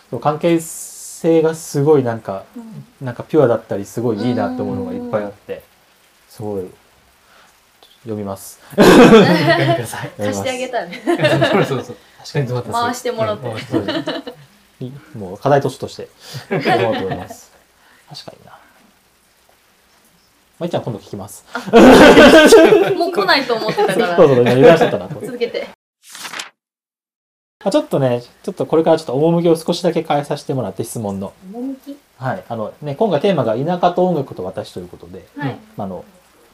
そう関係性がすごいなんか、
うん
なんかピュアだったりすごいいいなって思うのがいっぱいあって、すごい、読みます。。
読んでください
読み
貸
ま
し
す
てあげたらね。
そうそうそう。確かにそうだった
回してもらって
うん回し
そうですもう課題図書として、読もうと思います。確かにな。まいちゃん今度聞きます。
もう来ないと思ってたか
そう
ら。
そう、今油断しちゃったな。これ
続けて。
あちょっとね、ちょっとこれからちょっと趣を少しだけ変えさせてもらって質問の。
趣
はい。あのね、今回テーマが田舎と音楽と私ということで、
はい。
あの、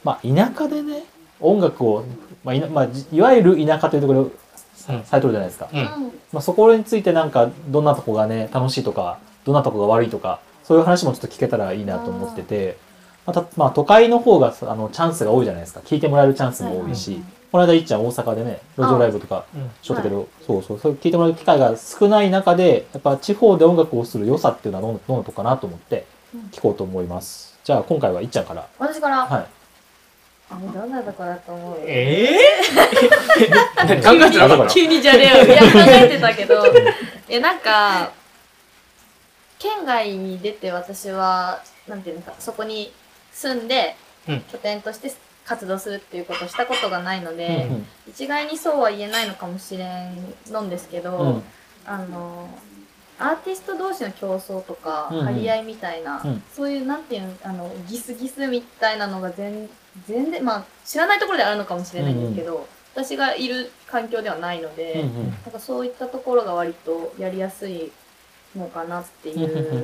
まあ田舎でね、音楽を、まあ、いなまあ、じいわゆる田舎というところ、
うん
サイトルじゃないですか。
うん
う
まあそこについてなんか、どんなとこがね、楽しいとか、どんなとこが悪いとか、そういう話もちょっと聞けたらいいなと思ってて、また、まあ都会の方があのチャンスが多いじゃないですか。聞いてもらえるチャンスも多いし、
はいはいはい
この間いっちゃん大阪でね、路上ライブとか、
うん
しょったけど、そうそう、そう聞いてもらう機会が少ない中で、やっぱ地方で音楽をする良さっていうのはどんどんなとこかなと思って
うん、
聞こうと思います。じゃあ今回はいっちゃんから。
私から。
はい。
あ、もうどんなとこだと思う
えぇ <laughs> 考えてなかった
急にじゃねえよ。いや、考えてたけど。え、なんか、県外に出て私は、なんていうのか、そこに住んで
うん、
拠点として活動するっていうことをしたことがないの
う
で
ん、
一概にそうは言えないのかもしれんのんですけど、
うん。
あのアーティスト同士の競争とか
うんうん
張り合いみたいな、
うん
そういうなんていうのあのギスギスみたいなのが全全然まあ知らないところであるのかもしれないんですけど、私がいる環境ではないので、
うんうん。
なんかそういったところが割とやりやすいのかなって
うん
い
うんう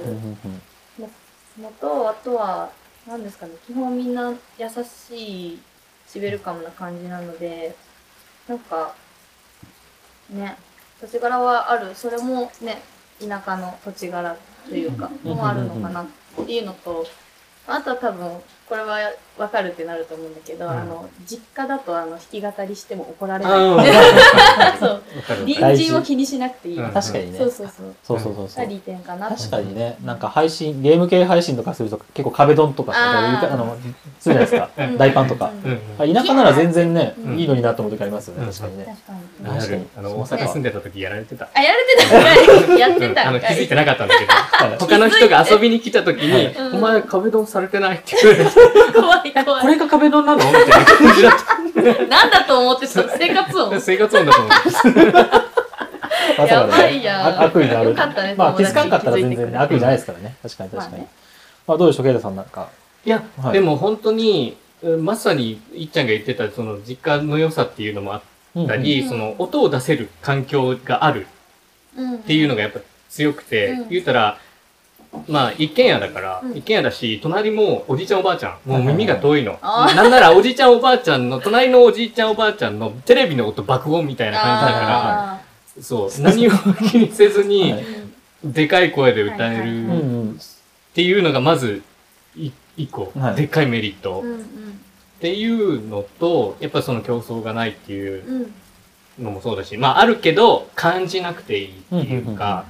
ん
うのとあとは何ですかね基本みんな優しいシベルカムな感じなのでなんかね土地柄はあるそれもね田舎の土地柄というか
うん
もあるのかなっていうのとあとは多分これは分かるってなると思うんだけど、
うん
あの実家だとあの弾き語りしても怒られ
うん
ない <laughs> そう隣人を気にしなくていい、
うん
確かにね
そう。そうそう
そうそうそうそ
が
う。
利点かな
確かにね、なんか配信、ゲーム系配信とかすると結構壁ドンとか
あー
あの、するじゃな
<laughs>
いですか
う。ん
大パンとか。
うん
うん
田舎なら全然ね
う、ん
いいのになと思う時ありますよね。
うん
確かにね。
確かに
な
確か
る
に
あの大阪住んでた時やられてた。
あやれてたんかいやって
うんあ
た
の
ん
気
か
づい
い
てなかったんだ
<laughs>
けど、
<laughs> はい
他の人が遊びに来た時に
う、ん
お前壁ドンされてないって言
<laughs>
われて、
怖い怖
こ
い
れが壁ドンなのみたいな感じだ
<laughs>
っ
なんだと思ってた生活
た。
音
生活音だと思って。
まさか
や
の
ばいやん
あ悪意のある。
よかったね
まあ
友
気
達
づかんかったら全然ね
気づいてくれ
悪
て
意じゃないですからね。確かに確
ま
か
あ
に
ね。
まあどうでしょう、ケイタさんなんか。
いや
は、い
でも本当に、うんまさに、いっちゃんが言ってた、その実家の良さっていうのもあった
う
り、
ん
その音を出せる環境があ
っ
るっていうのがやっぱ強くて、
うん
言うたら、まあ、一軒家だから、
うん
一軒家だし、隣もおじいちゃんおばあちゃん、もう耳が遠いの。
あー
なんならおじいちゃんおばあちゃんの、隣のおじいちゃんおばあちゃんのテレビの音爆音みたいな感じだか
あ
ら、そう、何を気にせ
<laughs>
ず
は
に
い、
ーうん
でかい声で歌え
う
うん
る
う
っ
ん。
ていうのがまず、い一個
はい、
でっかいメリット。
うんうん
っていうのと、やっぱその競争がないっていう
うん
のもそうだし、まああるけど感じなくていいっていうか、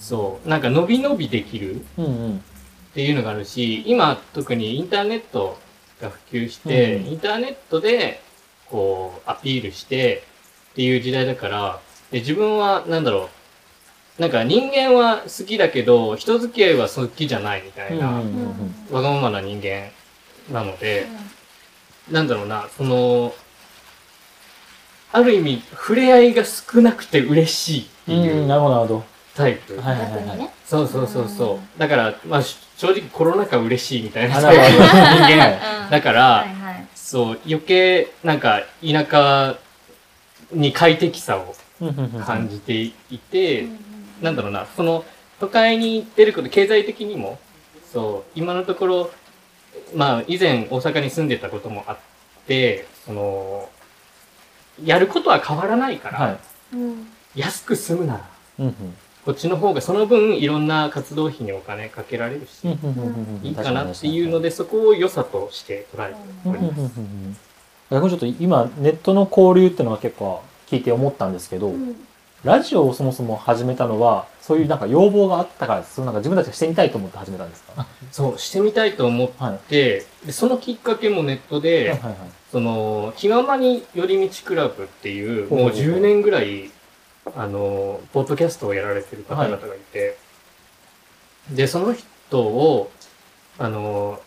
そう、なんか伸び伸びできるっ
うんうん。
ていうのがあるし、今特にインターネットが普及して、
うん
インターネットでこうアピールしてっていう時代だから、で自分はなんだろう、なんか人間は好きだけど、人付き合いは好きじゃないみた
う
い
ん
な、
うんうん
わがままな人間なので、なんだろうな、その、ある意味、触れ合いが少なくて嬉しいって
うん
いう
なるほど、なるほ
タイプ。
ど。はいはい
逆
は
に
い。
ね。
そうそうそうそう。だから、まあ、し正直コロナ禍嬉しいみたいな
あ
タイプの人
な
間
る。
<laughs> だか
は
ら
い、はい。
そう、余計、なんか、田舎に快適さを
ほどうんうんうん。
感じていて、
うん
なんだろうな、その、都会に行ってること、経済的にも、そう、今のところ、まあ、以前大阪に住んでたこともあって、その、やることは変わらないから、
はい。
うん
安く済むなら、
うんうん
こっちの方がその分いろんな活動費にお金かけられるし、
うんうんうんうん。
いいかなっていうので、そこを良さとして捉えて
う
お
んうん
り
うん
ます。
うん。逆にちょっと今、ネットの交流ってのは結構聞いて思ったんですけど、
うん
ラジオをそもそも始めたのは、そういうなんか要望があったからです、そのなんか自分たちがしてみたいと思って始めたんですか
そう、してみたいと思っ
はい。
て、でそのきっかけもネット
はい
で
は、いはい。
その、気ままに寄り道クラブっていう、
ほうほ
も
う
う
ほう
10年ぐらい、あの、ポッドキャストをやられてる方々がいて、で、その人を、あの、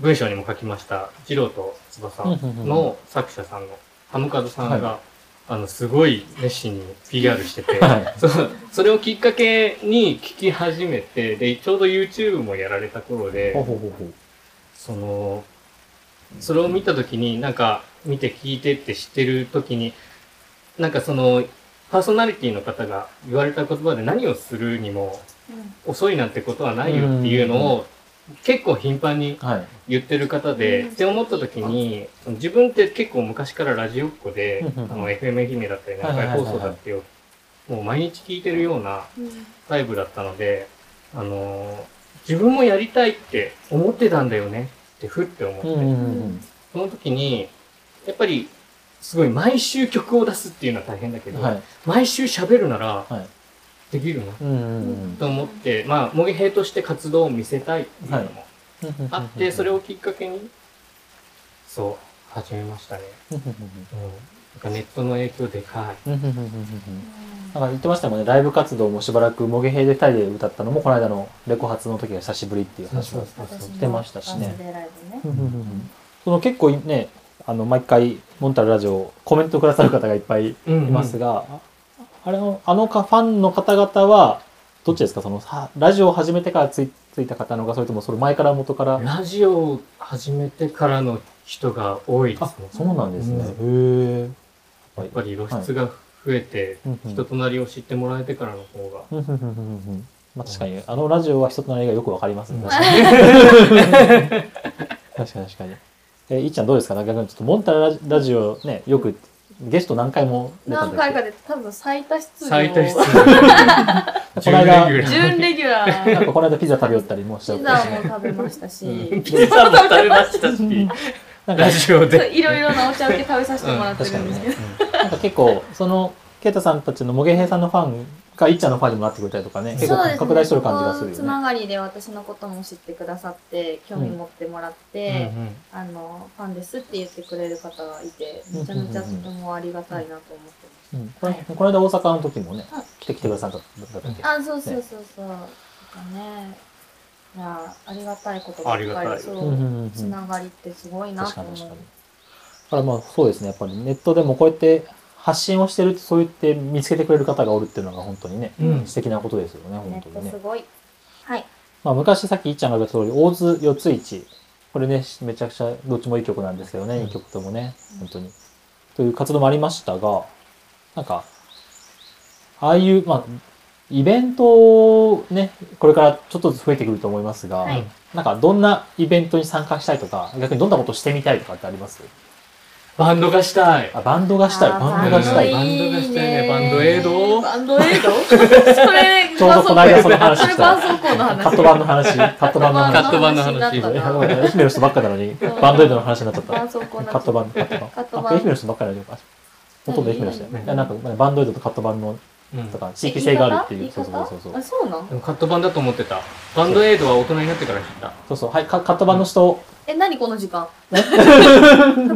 文章にも書きました、二郎と翼の作者さんの、ハムカドさんが、あの、すごい熱心に PR してて、
はい
<laughs> そうそれをきっかけに聞き始めて、で、ちょうど YouTube もやられた頃で、
ほうほうほうほう。
その、それを見たときに、なんか、見て聞いてって知ってるときに、なんかその、パーソナリティの方が言われた言葉で何をするにも遅いなんてことはないよっていうのを結構頻繁に
はい。
言ってる方で、
うん
って思った時に、その自分って結構昔からラジオっ子で、
うんうん
あの、FM 愛媛だったり、南海放送だったりを、もう毎日聞いてるような
うん
タイプだったので、あのー自分もやりたいって思ってたんだよねってふって思って、
うんうんうん
その時に、やっぱり、すごい毎週曲を出すっていうのは大変だけ
うん。
ど、
はい。
毎週喋るなら
はい。
できるな
うんうんうん
と思って、まあ、模擬兵として活動を見せたいっていうのも
うん。
あって、それをきっかけに、そう、始めましたね。
うんうん
うん、なんかネットの影響でかい。
うん。うんうんうんうんうんなんか言ってましたもんね、ライブ活動もしばらく、モゲヘイで2人で歌ったのも、この間のレコ発の時が久しぶりっていう話を。
私も
してましたしね
バースデーライブね
うんうんうんうんその結構ね、あの、毎回、モンタルラジオ、コメントくださる方がいっぱい
うんうん
いますが、あれの、あのか、ファンの方々は、どっちですかその、さラジオを始めてからついついた方のが、それともそれ前から元から。
ラジオを始めてからの人が多いで
あ
すね、。
そうなんですね。へえ。
やっぱり露出が増えて、
うんうん
人となりを知ってもらえてからの方が。
うんうんうんうんうんまあ確かに、あのラジオは人となりがよくわかりますね。 <laughs>
うん
確かに確かに確かに。えいっちゃんどうですかなんかちょっとモンタララジオね、よくゲスト何回も出た
何
んだ
回
け
かで多分最多出場
最多出演。
こ <laughs> の間
準レギュラー
準レギュラ
ど。なん
ー
かこの間ピザ食べよったりもしちゃっ
ピ
たし
ザも食べましたし、
うんピザも食べましたし、
なんか
ラジオで。
いろいろなお茶受け食べさせてもらって
確
る
か
んで
に
すけ
ね
ど。。
なんか結構、その、ケイタさんたちのモゲヘイさんのファンがいっちゃんのファンにもなってくれたりとかね、結
そう
構拡大してる感じがする
ですねここつ
よね
な。がりで私のことも知ってくださって、興味持ってもらっ
う
て、
ん
あの、ファンですって言ってくれる方がいて、めちゃめちゃとてもありがたいなと思って
うんこれこの間大阪の時もね
うん、
来て来てくださったんだったっけ
ます。あ、そうそうそうそう。なんかね、いや、ありがたいことば
あり
っ
が
か
たい
り、そ
うんうん
う、
うんうん
つながりってすごいな
確
と
か
思
に
う。
確かに。だからまあそうですね、やっぱりネットでもこうやって発信をしてると、そう言って見つけてくれる方がおるっていうのが本当にね、
うん。うん
素敵なことですよ
ネ
ね、本
ッ
当に
ト
ね
す。ごい。はい。
まあ昔さっきいっちゃんが言った通り、大津四つ市、これね、めちゃくちゃどっちもいい曲なんですけどね、
うん
2曲ともね
う、ん
本当に。という活動もありましたが、なんか、ああいう、まあ、イベントね、これからちょっとずつ増えてくると思いますが、
はい
なんかどんなイベントに参加したいとか、逆にどんなことしてみたいとかってあります
バンドがしたい。
あ、バンドがしたい、
あー
バンドがしたい。
かっこいいね
バンドがしたいねバンドエイド
バンドエイド
<laughs>
それ、
ちょうどこの間その話
そ
し
れ
た
絆。創膏の話。
カット版の話、カット版の
<laughs>
カッ
話。
ト版の話
カット版
えや
の
ばい
話
な愛媛の人ばっかなのに、バンドエイドの話になっちゃった。
絆創膏の話
カット版、カット版。
カット
あ
版
愛媛の人ばっかりなのか。ほとんど愛媛でしたよ。
何
いやなんかまあバンドエイドとカット版の
うん
とか地域性があるってい
言
う。そ
方
うそうそうそう
あ、。そうなん
でもカット版だと思ってた。バンドエイドは大人になってから知った。
そうそう。はい、カカット版の人、
え、何この時間言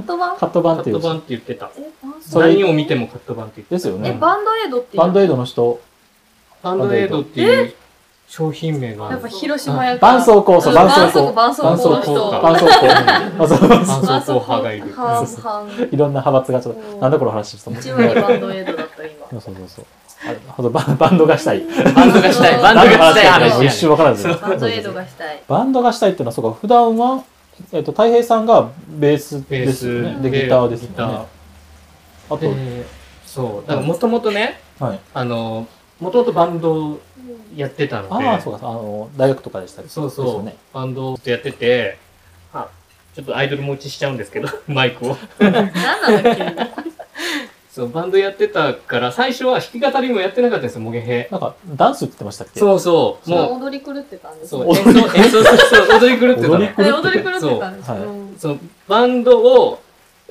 葉
カット版
カ
って
ッ
い
ト
う。
版って言ってた。
え、あ
それ
何を見て。もカット版って言って
ですよ
え、
ね。
バンドエイドっていう。
バンドエイドの人、
た。バンドエイドっていう商品名があ
や
る
っぱ。広島やから。
伴奏校、そう、伴奏校。
伴奏校伴奏校の人
伴奏校。伴奏校伴奏校。
伴奏校派がいる。
半々。
<laughs> いろんな派閥がちょっ
う
と、
ん
なんだこの話してたの
一割バンドエイドだった今。
そうそうそうそう。あれほんとバンバンドがしたい。
バンドがしたい。バンドがしたい
もう一
話
瞬
やね。
わからず。
バンドエイドがしたい。
バンドがしたいっていうのは、そうか、普段は、えっと、太平さんがベース
ベ
で
ー
すよね。
ス
で、ギターですよね。
ギター
あと、
でそう。だからもともとね、
はい。
あの、もともとバンドやってたので。
ああ、そうか、あの、大学とかでしたっけ
そう
です
そ
よ
う、
ね。
バンドをずっとやってて、あ、ちょっとアイドル持ちしちゃうんですけど、マイクを。
何なの急に。
そう、バンドやってたから、最初は弾き語りもやってなかったんですよ、モゲヘ。
なんか、ダンスって言ってましたっけう。
そうそう、
も
も
う踊り狂ってたんで
う、
すね。
そう、演奏、演奏そう、踊り狂ってた
踊り
の。
狂
え
っ
踊
て
り
る
狂ってたんです
そうはい
うん
そう、バンドを、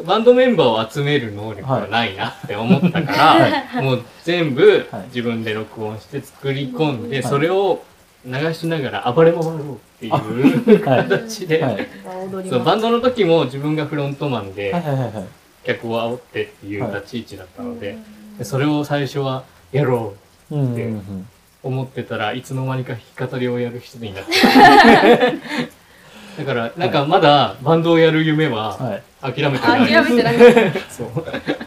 バンドメンバーを集める能力がないなって思ったから、もう全部
はい
自分で録音して作り込んで、
はい
それを流しながら暴れ回ろうっていう
はい
形で、
はい。
踊り
そうバ
ま
ンドの時も自分がフロントマンで、
はいはいはいはい。
客を煽ってっていう立ち位置だったので、
うん
でそれを最初はやろう
うんうんうん。
思ってたらいつの間にか弾き語りをやる人になっ
<laughs>
てだからなんかまだバンドをやる夢は
はい。
諦めてない、
諦めてない。
そう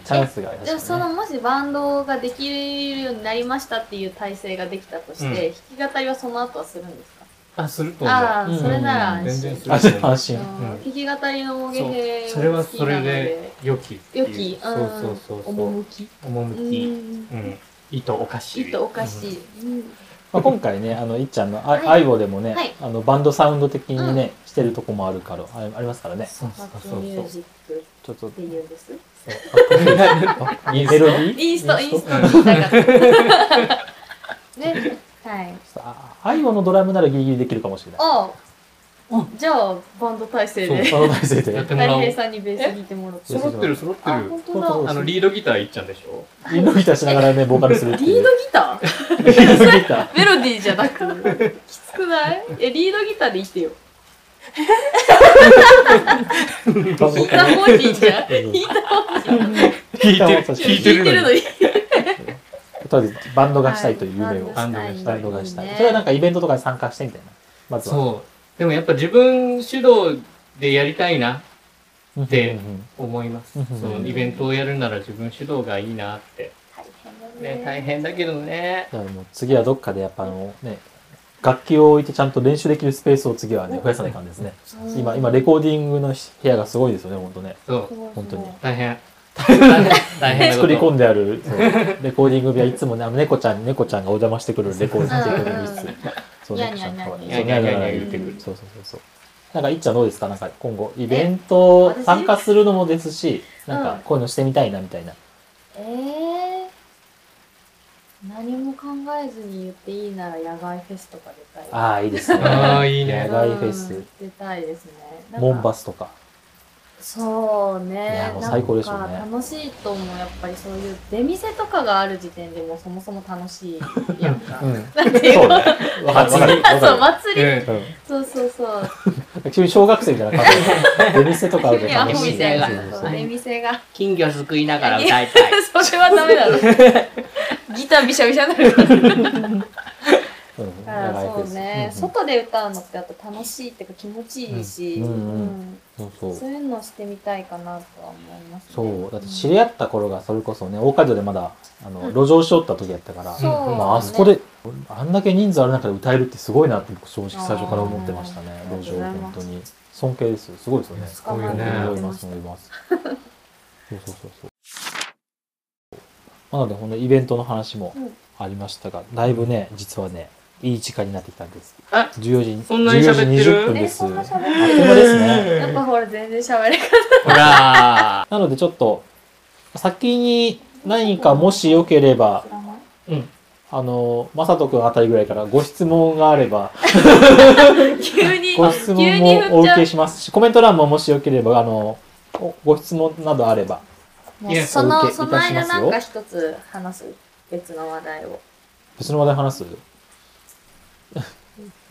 チャンスがありま
じゃあ
した
そ
ね。
のもしバンドができるようになりましたっていう体制ができたとして、弾き語りはその後はするんですか
あすると思う
あ
うん
あ、それなら
全
安
然
心。
する
あ、
と
じゃあ
思う
安心。
うん
うん
弾き語りの模擬
そう
兵
それはそれで良きってい
良
う
き、
そうそうそうそう
うん、趣。
趣
うん
うんいとおかしい
いいとおかしい。うん
まあ、今回ね、あの、いっちゃんのあ
はい
相棒でもね、
はい
あの、バンドサウンド的にね、してるとこもあるから、あありますからね。
そう
バ
そう
ック
そう
ミ
そ
ュ
う
ージック
ちょっと <laughs>
っ、ていうんです。
あメロディー
インスト、インスト
うん
聞きたか
<laughs>
った。ね、はい。
あ相棒のドラムならギリギリできるかもしれない。
お
う
じゃあ、バンド体制で、
そう、バンド体制
や
で
ってもら
大
おう
平さんにベース弾いてもらって。
え
揃ってる揃って
あ、
る
本当だ。
そう
あのリードギターいっちゃんでしょ
インドギターしながらね、ボーカルするって
リー
い
ド
う
ギ。 <laughs> ター
リードギタ <laughs> ー。
メロディーじゃなく、きつくないえ、リードギターでいいってよ。弾い
弾
た方でいいじゃん。弾いた方でい
<laughs> 弾
弾いてる弾いて
い。弾いて
る
る
の
の
に
に。
とりあえずバンドがしたいという夢を、
は
バンドがしたい。
ね
それはなんかイベントとかに参加してみたいな。まずは。
そうでもやっぱ自分主導でやりたいな
うん
で
うんうん
思います
うん。
そのイベントをやるなら自分主導がいいなって。
大変だ
ね
ね。、
大変だけどね。
だからもう次はどっかでやっぱあのね、楽器を置いてちゃんと練習できるスペースを次はね、増やさないかんですね。
うん
今、今レコーディングの部屋がすごいですよね、ほんとね。
そう、
本当に
大変。大変。大変
作り
なこ
込んである、そうレコーディング部屋、いつもね、あの猫ちゃん、猫ちゃんがお邪魔してくるレコーディング部屋
うんうん
そう、
ニャ
猫
ーニ
ちゃ
ャー
ん
ニャ
か
ー
わいい。
ニ
そう、ニャーニャー言っ
ャーニャーニャー
てく
う
る。
ん
そうそうそうそう。なんか、いっちゃんどうですかなんか、今後、イベント
え私
参加するのもですし、なん
うん
か、こういうのしてみたいな、みたいな。
ええー、何も考えずに言っていいなら野外フェスとか出たい。
あ <laughs> あ、いいですね。
あーいいね
野外フェス
うん、出たいですね。 <laughs> なんか
モンバスとか。
そう
いや
ね。
もう最高でしょうね
なんか楽しいともやっぱりそういう出店とかがある時点でもうそもそも楽しいやん
<laughs>
か。
うん。
なんていう
そう
の
ね。わかるわ
<laughs>
かる。 <laughs> わ
そう
か
祭
と。う
り、
ん。
る。
そうそうそう。
うん。急に小学生みたいな感じで、出店とかある
急
と
にア
楽
ホ
し
み
い。
たい
そうそう
な、
そ
そう
う
出店が。
金魚すくいながら歌いたい。
<laughs> それはダメだろ。
<laughs>
ギターびしゃびしゃになるから。
うん
だから
野外フ
そ
ェ
う
ス
ね、
うんうん
外で歌うのってあと楽しいっていうか気持ちいいし、
うんうんうん
うん
そうそう。
そういうのしてみたいかなとは思います、ね、
そう。だって知
り
り合った頃がそれこそね、大海道でまだ、あの、路上しよった時やったから、
そうだね
まあ、あそこで、あんだけ人数ある中で歌えるってすごいなって、正直最初から思ってましたね
あ。ー
路上、
ありがとうございます
本当に。尊敬ですよ。すごいですよね。
ごいよね
思います、思います。そうそうそうそう。なので、このイベントの話も
うん
ありましたが、だいぶね、実はね、いい時間になってきたんです。
あ
14時に、
そんなに
14時
喋ってる
20分
え
です。
そんな
あっ
喋
と
れ
いう間ですね。
るやっぱほら全然喋れない
ほら
なのでちょっと、先に何かもしよければ、
ー。うん。
あの、まさとくんあたりぐらいからご質問があれば、
急に
ご質
急
問
に
も
振っ
お受
ちゃ
け
う
しますし、コメント欄ももしよければ、あの、おご質問などあれば、
もう
いや
そ
お
の
受け
その間
いたします
な
よ
んか一つ話す別の話題を
別の話題話す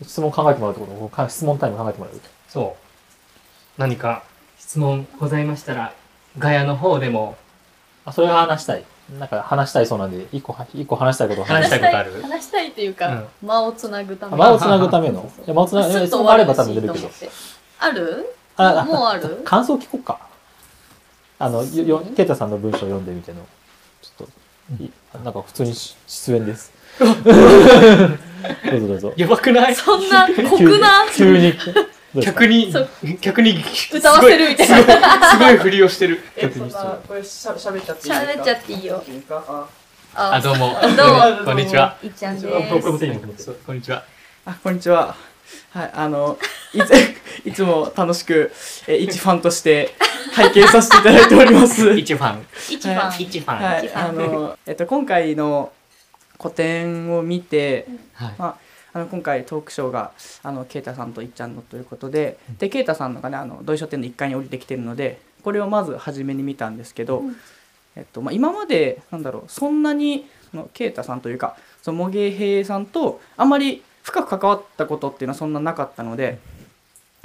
<laughs> 質問考えてもらうってことか質問タイム考えてもらう
そう。何か質問ございましたら、ガヤの方でも
あそれが話したいなんか話したいそうなんで一個は一個話したいことを話
話し
したた
い
い
ことある
話したいっていうか、間をつなぐため
間をつなぐための
そうそう
いや間をつなぐいや
す
質
と終
問あ
わ
れ
る
ば
ら
多
し
分
い
出
と
てくる
思ってある
あ
もうある
感想聞こうか。あの、よ、よ、ケイタさんの文章を読んでみての。ちょっと、いなんか普通にし出
<laughs>
演です。 <laughs> どうぞどうぞ。
やばくない
そんな
<laughs>
酷な
急に。急にどうですか
客に
そう、
客に
歌わせるみたいな
すごいすごいすごい振りをして
<laughs>
る。
え、そんな、これしゃ喋っちゃっていいですか
喋っちゃっていいよ
いいですかあ
あ、
あ
どうも。
ど
うも
こんにちは。
ういっちゃんで
僕
す
も
そうこんにちは。
あ、こんにちは。はい、あの、い
<laughs>
つ、いつも楽しく、え、一ファンとして拝見させていただいております。
一ファン。
一番
は
一ファン。
は
一
い、
ファン
あの、えっと、今回の個展を見て、
はい
まあ、あの今回トークショーがあのケイタさんといっちゃんのということででケイタさんのがねあの土井書店の1階に降りてきてるのでこれをまず初めに見たんですけど、
うん
えっとまあ、今までなんだろうそんなにあのケイタさんというかその茂木平さんとあまり深く関わったことっていうのはそんななかったので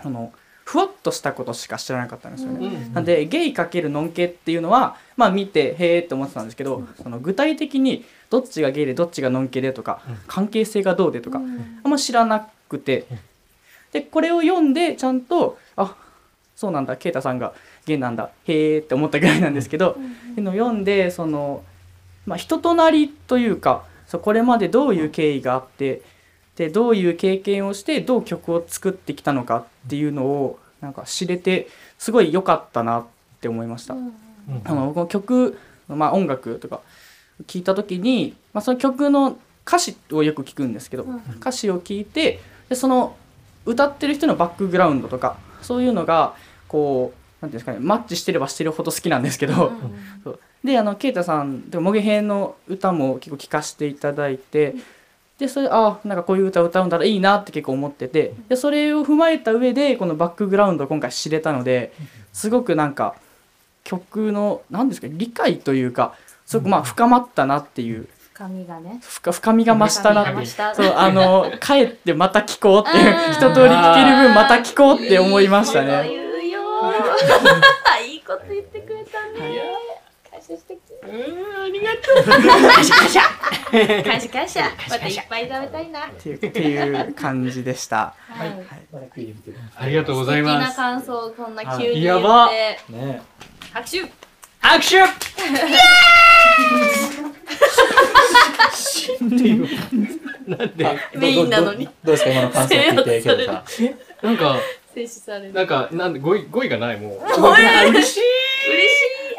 あのふわっとしたことしか知らなかったんですよね。
うん
なんでゲイ×ノンケっていうのはまあ見てへえって思ってたんですけどその具体的にどっちがゲイでどっちがノンケでとか
うん
関係性がどうでとか
うん
あんま知らなくてでこれを読んでちゃんとあそうなんだケイタさんがゲイなんだへえって思ったぐらいなんですけどっていうのを読んでその、まあ、人となりというかそうこれまでどういう経緯があってでどういう経験をしてどう曲を作ってきたのかっていうのをなんか知れてすごい良かったなって思いました。
うん
あの僕も曲、まあ、音楽とか聞いた時に、まあ、その曲の歌詞をよく聞くんですけど、
うん
歌詞を聞いてでその歌ってる人のバックグラウンドとかそういうのがこうなんていうんですかねマッチしてればしてるほど好きなんですけど、そうであの啓太さんでも模擬編の歌も結構聴かせていただいて、でそれあなんかこういう歌を歌うんだらいいなって結構思っててでそれを踏まえた上でこのバックグラウンドを今回知れたのですごくなんか曲の何ですか理解というかすごくまあ深まったなっていう
髪がね
深深みが増したな
髪が増した
そうあ <laughs> の帰ってまた聴こうってい
あー
う一通り聴ける分また聴こうって思いましたね。
いいこと言うよいいこと言ってくれたね感謝してくれうんありがとう感謝感謝感謝またいっぱい食べたいなは
っていうっていう感じでした。
い
ありがとうご
素
ざい
敵
ま
な
す。
感想をこんな急
はい
に
や
言
ば
って
ね
拍手
拍手なんで
え
メインなのに
どどどうですか今の感想聞いて、
それは
ケイタさん。
なんか、
静止される
なんか、なんで、語彙、語彙がない、もう。
ごめん
嬉し
嬉し
い
い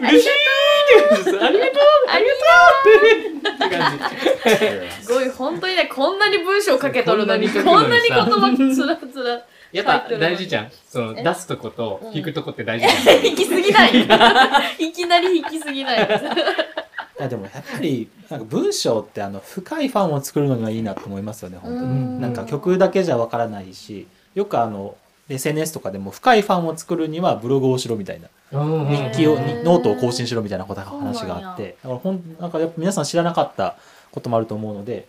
あり
嬉
が
し
と
いうありがと
ありが
うって感じ。
とうすごい本当にねこんなに文章書けとるのに
こ
こ
んなんに
なに言
書く
葉つらつら
やっ
書い
ぱ
てるのに
大事じゃん。その、
え
出すとこと
うん
聞くとこって大事じゃん。
引きすぎないいきなり引きすぎない
いやでもやっぱり、なんか文章ってあの、深いファンを作るのがいいなと思いますよね、本当に。
ん
なんか曲だけじゃわからないし、よくあの、SNS とかでも深いファンを作るにはブログをしろみたいな。
<laughs>
うん
日
日記を
へー
にノートを更新しろみたいなことが
そうなんや
話があってだからほんなんかやっぱ皆さん知らなかったこともあると思うので、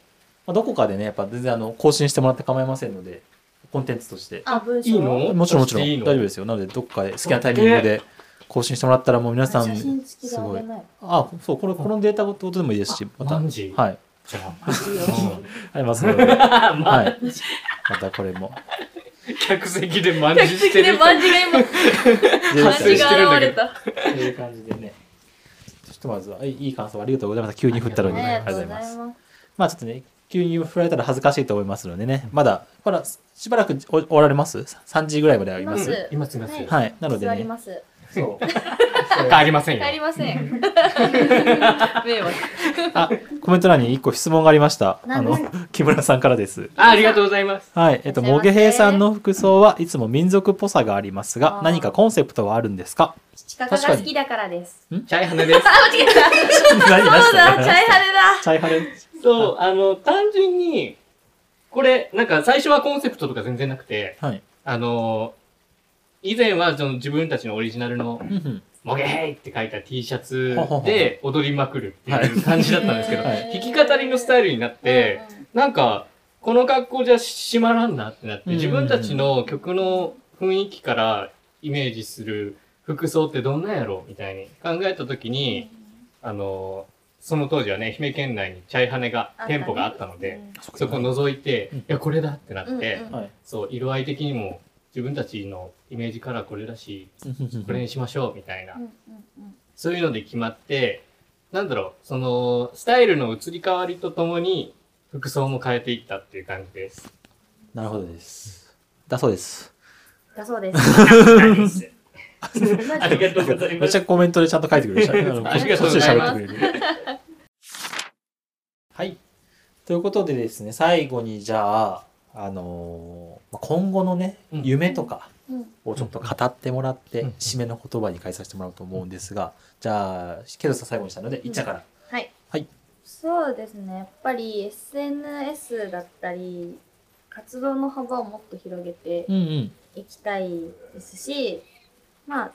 まあ、どこかでねやっぱ全然あの更新してもらって構いませんのでコンテンツとして
あ文章
いいの
もちろんもちろん
いいの
大丈夫ですよなのでどこかで好きなタイミングで更新してもらったらもう皆さん
写真付きですあ
ご
げ
い
ない
あそうこれこのデータごとでもいいですしまた
何時
はい
じゃ
あります
<laughs>
ので、はい、またこれも
あ、客席で満
客
じして
席で
る。
マジが今
発生
味
してるん
が現
だけ
れ
ど
た
という感じでねひとまずはいいい感想ありがとうございました急に振ったのに
あ
あ
り
り
が
が
とう
とう
ご
ご
ざ
ざ
い
います
ます
まあちょっとね、急に振られたら恥ずかしいと思いますのでね、まだ、ほら、しばらくおおられます ?3 時ぐらいまではいま
い
す、
ます
今すいません。
はい、なので
座り
ね、
ます
そう。
ありませんよ
帰。りません <laughs> 迷惑
あ、コメント欄に1個質問がありました。あ
何
の、木村さんからです。
あありがとうございます。
はい、えっと、
いらっしゃい
も
ませ
げへいさんの服装はいつも民族っぽさがありますが
あ、ー
何かコンセプトはあるんです
<laughs>
か
父方が好きだからです
チャイハネです。
<laughs>
あ間違えた
何
そうだチャイ
チ
ハネだ
ャイハレ
そう、あの、単純に、これ、なんか最初はコンセプトとか全然なくて、
はい。
あの、以前はその自分たちのオリジナルの
うんうん
モゲヘイって書いた T シャツ
ほうほうほ
で踊りまくるっていう感じだったんですけど、
<laughs> はい
弾き語りのスタイルになって、なんか、この格好じゃ閉まらんなってなって、
うんうんうん
自分たちの曲の雰囲気からイメージする服装ってどんなんやろうみたいに考えたとき
うん
に、あの、その当時はね、愛媛県内にチャイハネが、店舗があったので、、そこ覗いて、
うん
いや、これだってなって、
うんうんうん
はい。
そう、色合い的にも自分たちのイメージカラーこれだし、これにしましょうみたいな、
うんうんうん
そういうので決まって、なんだろう、その、スタイルの移り変わりとともに、服装も変えていったっていう感じです。
なるほどです。だそうです。
だ <laughs> そうです。
<laughs> ありがとうござい
め
ま
っち
す。
ゃコメントでちゃんと書いてくれましたね。
ありがとうございます
こっちで喋ってくれる。はい。ということでですね、最後にじゃあ、あのーまあ今後のね、
うん
夢とか
うん
をちょっと語ってもらって、
うん
締めの言葉に変えさせてもらおうと思うんですが、じゃあ、けどさん最後にしたので、いっちゃんから。
はい。
はい。
そうですね。やっぱり SNS だったり、活動の幅をもっと広げて
うんうん。
いきたいですし、まあ、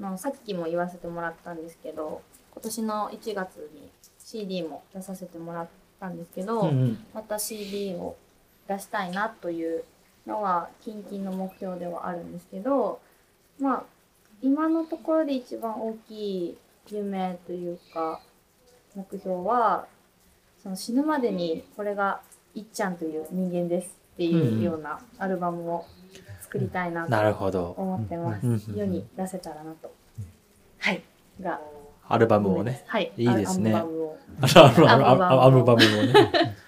あのさっきも言わせてもらったんですけど、今年の1月に CD も出させてもらったんですけど、
うんうん
また CD を出したいなというのは近々の目標ではあるんですけどまあ今のところで一番大きい夢というか目標はその死ぬまでにこれがいっちゃんという人間ですっていうようなアルバムを作りたいな
な
と
るほど。
思ってます
うんうんうん
世に出せたらなとはいが
アルバムをね。
はい
いいですね
アルバムを
アルバム
アルバムを
アルバムをね。 <laughs>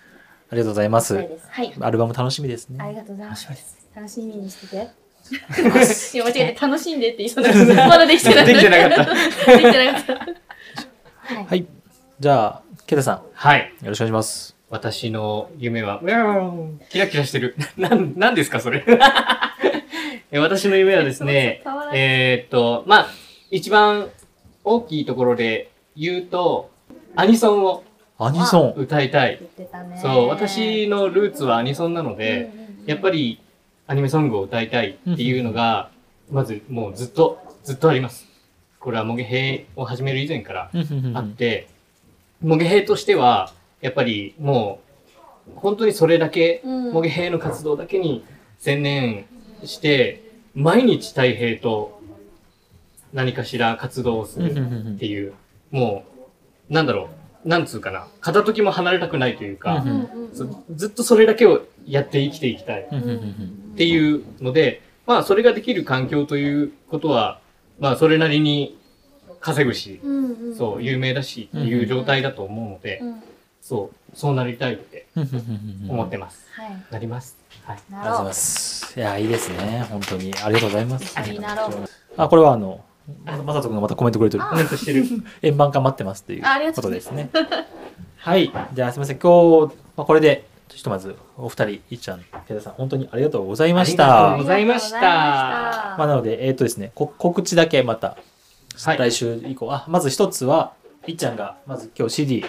ありがとうございま
したい
す。
ですはい
アルバム楽しみですね。
ありがとうございます
楽しみです。
楽しみにしてて。いや間違えて楽しんでって言いそうなんですまだできてない。
できてなかった。
できてなかった。はい。
はい。じゃあ、ケイタさん、よ
はい。
ろしくお願いします。
私の夢は、うわーキラキラして <laughs> る。なん、なんですか、 <laughs> それ。え私の夢はですね
そうそう変わら、ない
えーっと、まあ、一番大きいところで言うと、アニソンを
アニソン。
歌いたい。
言ってたね。
そう、私のルーツはアニソンなので、やっぱ
り、
りアニメソングを歌いたいっていうのが、まずもうずっと、ずっとあります。これはモゲヘイを始める以前からあって、モゲヘイとしては、やっぱりもう、本当にそれだけ、
うん
モゲヘイの活動だけに専念して、毎日太平と何かしら活動をするっていう、もう、なんだろう、なんつうかな、片時も離れたくないというか、
うん
ずずっとそれだけをやって生きていきたいっ
うんうんうん
ていうので、まあそれができる環境ということは、まあそれなりに稼ぐし、
うん。
そう、有名だしっていう状態だと思うので
う、ん。
そう、そうなりたいって
うんうんうんうん
思ってます。
はい。
なります。はい。
あ
な
りがとうござい
ろ
ま
う。
す。いや、いいですね。本当に。ありがとうございます。
一緒になろう。
あ、これはあの、まさとくんがまたコメントくれてる。
あ
コメントしてる。 <laughs>
円盤化待ってますという
あありが
こと
う
と
ござ
で
い
すね。はい。じゃあ、すみません。今日、まあ、これで、ひとまず、お二人、いっちゃん、ケイタさん、本当にありがとうございまし
ありがとうございま
た
す。あ
まあ、なので、えっ、とですね、こ告知だけまた、
はい
来週以降。あ、まず一つは、いっちゃんが、まず今日 CD、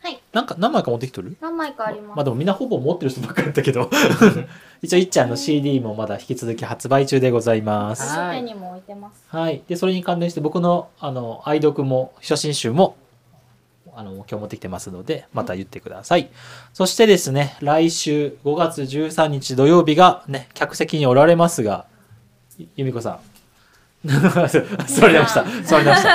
はい
なんか、何枚か持ってきとる
何枚かあります。
まあでもみんなほぼ持ってる人ばっかりだったけど、一応いっちゃんの CD もまだ引き続き発売中でございます。
書店にも置いてます。
はい。で、それに関連して僕の、あの、愛読も、写真集も、あの、今日持ってきてますので、また言ってください。そしてですね、来週5月13日土曜日がね、客席におられますが、ゆゆみこさん。 <laughs> 座り直した。座り直した。座り直した。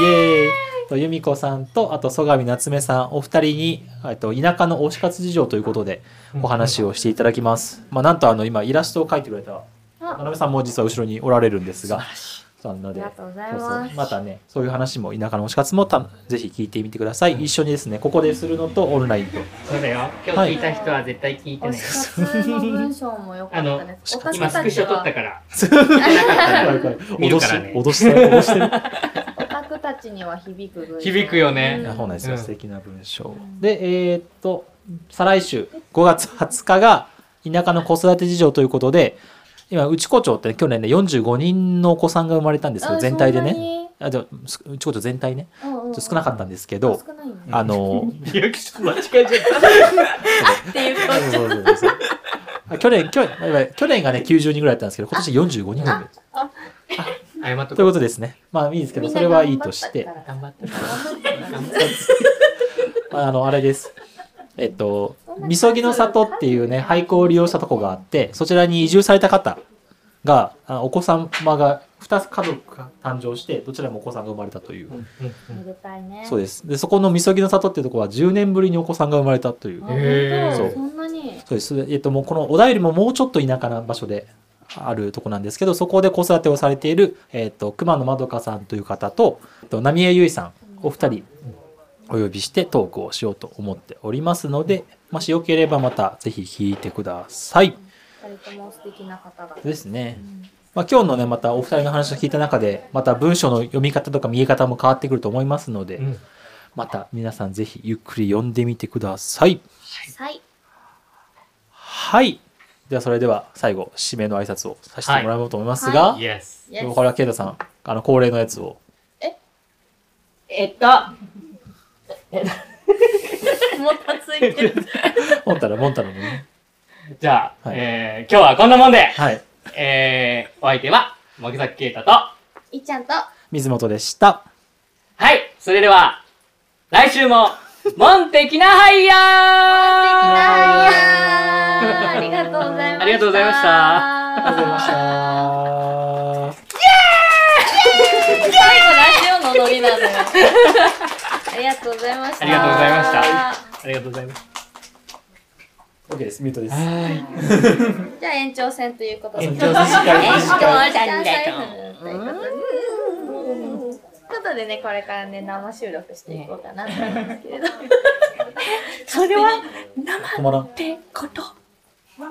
イエーイ。と由美子さんとあと曽我夏目さんお二人にえっと田舎の推し活事情ということでお話をしていただきます。まあなんとあの今イラストを描いてくれた
あ
田辺さんも実は後ろにおられるんですが、そうなの
あり
で
が、とうござい
そうそう
ます。
またね、そういう話も田舎の推し活もたぜひ聞いてみてください。一緒にですね、ここでするのとオンライン <laughs> と。
そうだよ。今日聞いた人は絶対聞いて
お
ない。
し活の文章も良かったです。私
今スク
た
シ
ち
ョ撮った
は、
から。 <laughs> 見る
脅し
からね
脅して
<laughs>
る脅してる。
オタクたちには響く文章。
響くよね
うん
あそうなんですよ、
うん
素敵な文章。で、えーっと、再来週、5月20日が田舎の子育て事情ということで、今、内子町って、ね、去年ね、45人のお子さんが生まれたんですよ、
あ
全体で
そんな
ね。
に
あ、じゃあす内子町全体ね。
うんうん
ち
う
ょ
ん
っと少なかったんですけ
あ
ど、
少ないね
あの、
リアクション間違えちゃった。
っていう
そうそうそうそうあ去年、去年、やばい去年がね、90人ぐらいだったんですけど、今年45人ぐらい。
あ
謝っと
という
こ
こ
う。
とですね。まあいいですけど、それはいいとして、
頑張って。
あの、あれです。えっと、みそぎの里っていうね、廃校を利用したとこがあって、そちらに移住された方が、あお子様が2つ家族が誕生して、どちらもお子さんが生まれたという。
めでたいね
そうです。で、そこのみそぎの里っていうところは10年ぶりにお子さんが生まれたという。
あ
へ
ー
本当そんなに
そうです。えっと、もうこの小田よりももうちょっと田舎な場所であるとこなんですけど、そこで子育てをされている、えっと、熊野まどかさんという方と、えっと浪江結衣さん、お二人、お呼びしてトークをしようと思っておりますので、もしよければまたぜひ聞いてください。
二人とも素敵な方が
ですね。まあ、今日のね、またお二人の話を聞いた中で、また文章の読み方とか見え方も変わってくると思いますので、
うん
また皆さんぜひゆっくり読んでみてください。
はい
はい。では、それでは最後、締めの挨拶をさせてもらおうと思いますが、
は
イエス。
Yes
これはケイタさん、あの、恒例のやつを。
えっと。
もたついてる
モンタ <laughs> ラ、モンタラのね。
じゃあ、
はい
えー今日はこんなもんで、
はい。
えーお相手は、茂木崎啓太と、はい
っちゃんと
水本でした。
い、それでは、来週も、モンテキナハイヤー
ありがとうございました
ありがとうございました
ありがとうございました。
最後ラジオのノリなのよありがとうございました
ありがとうございました。ありがとうございます。
OK です、ミュートです。
じゃあ延長戦ということで。
延長戦しっかり
延長戦
しっか
ということでちょっとでね、これからね、生収録していこうかなと思うんですけれど。それは、
止まらん。
ってこと。わ、わ、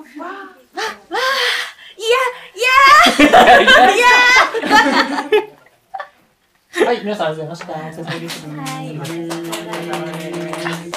はい、皆さんありがとうございました。お疲れ様です。
わ、いや、いや、はい。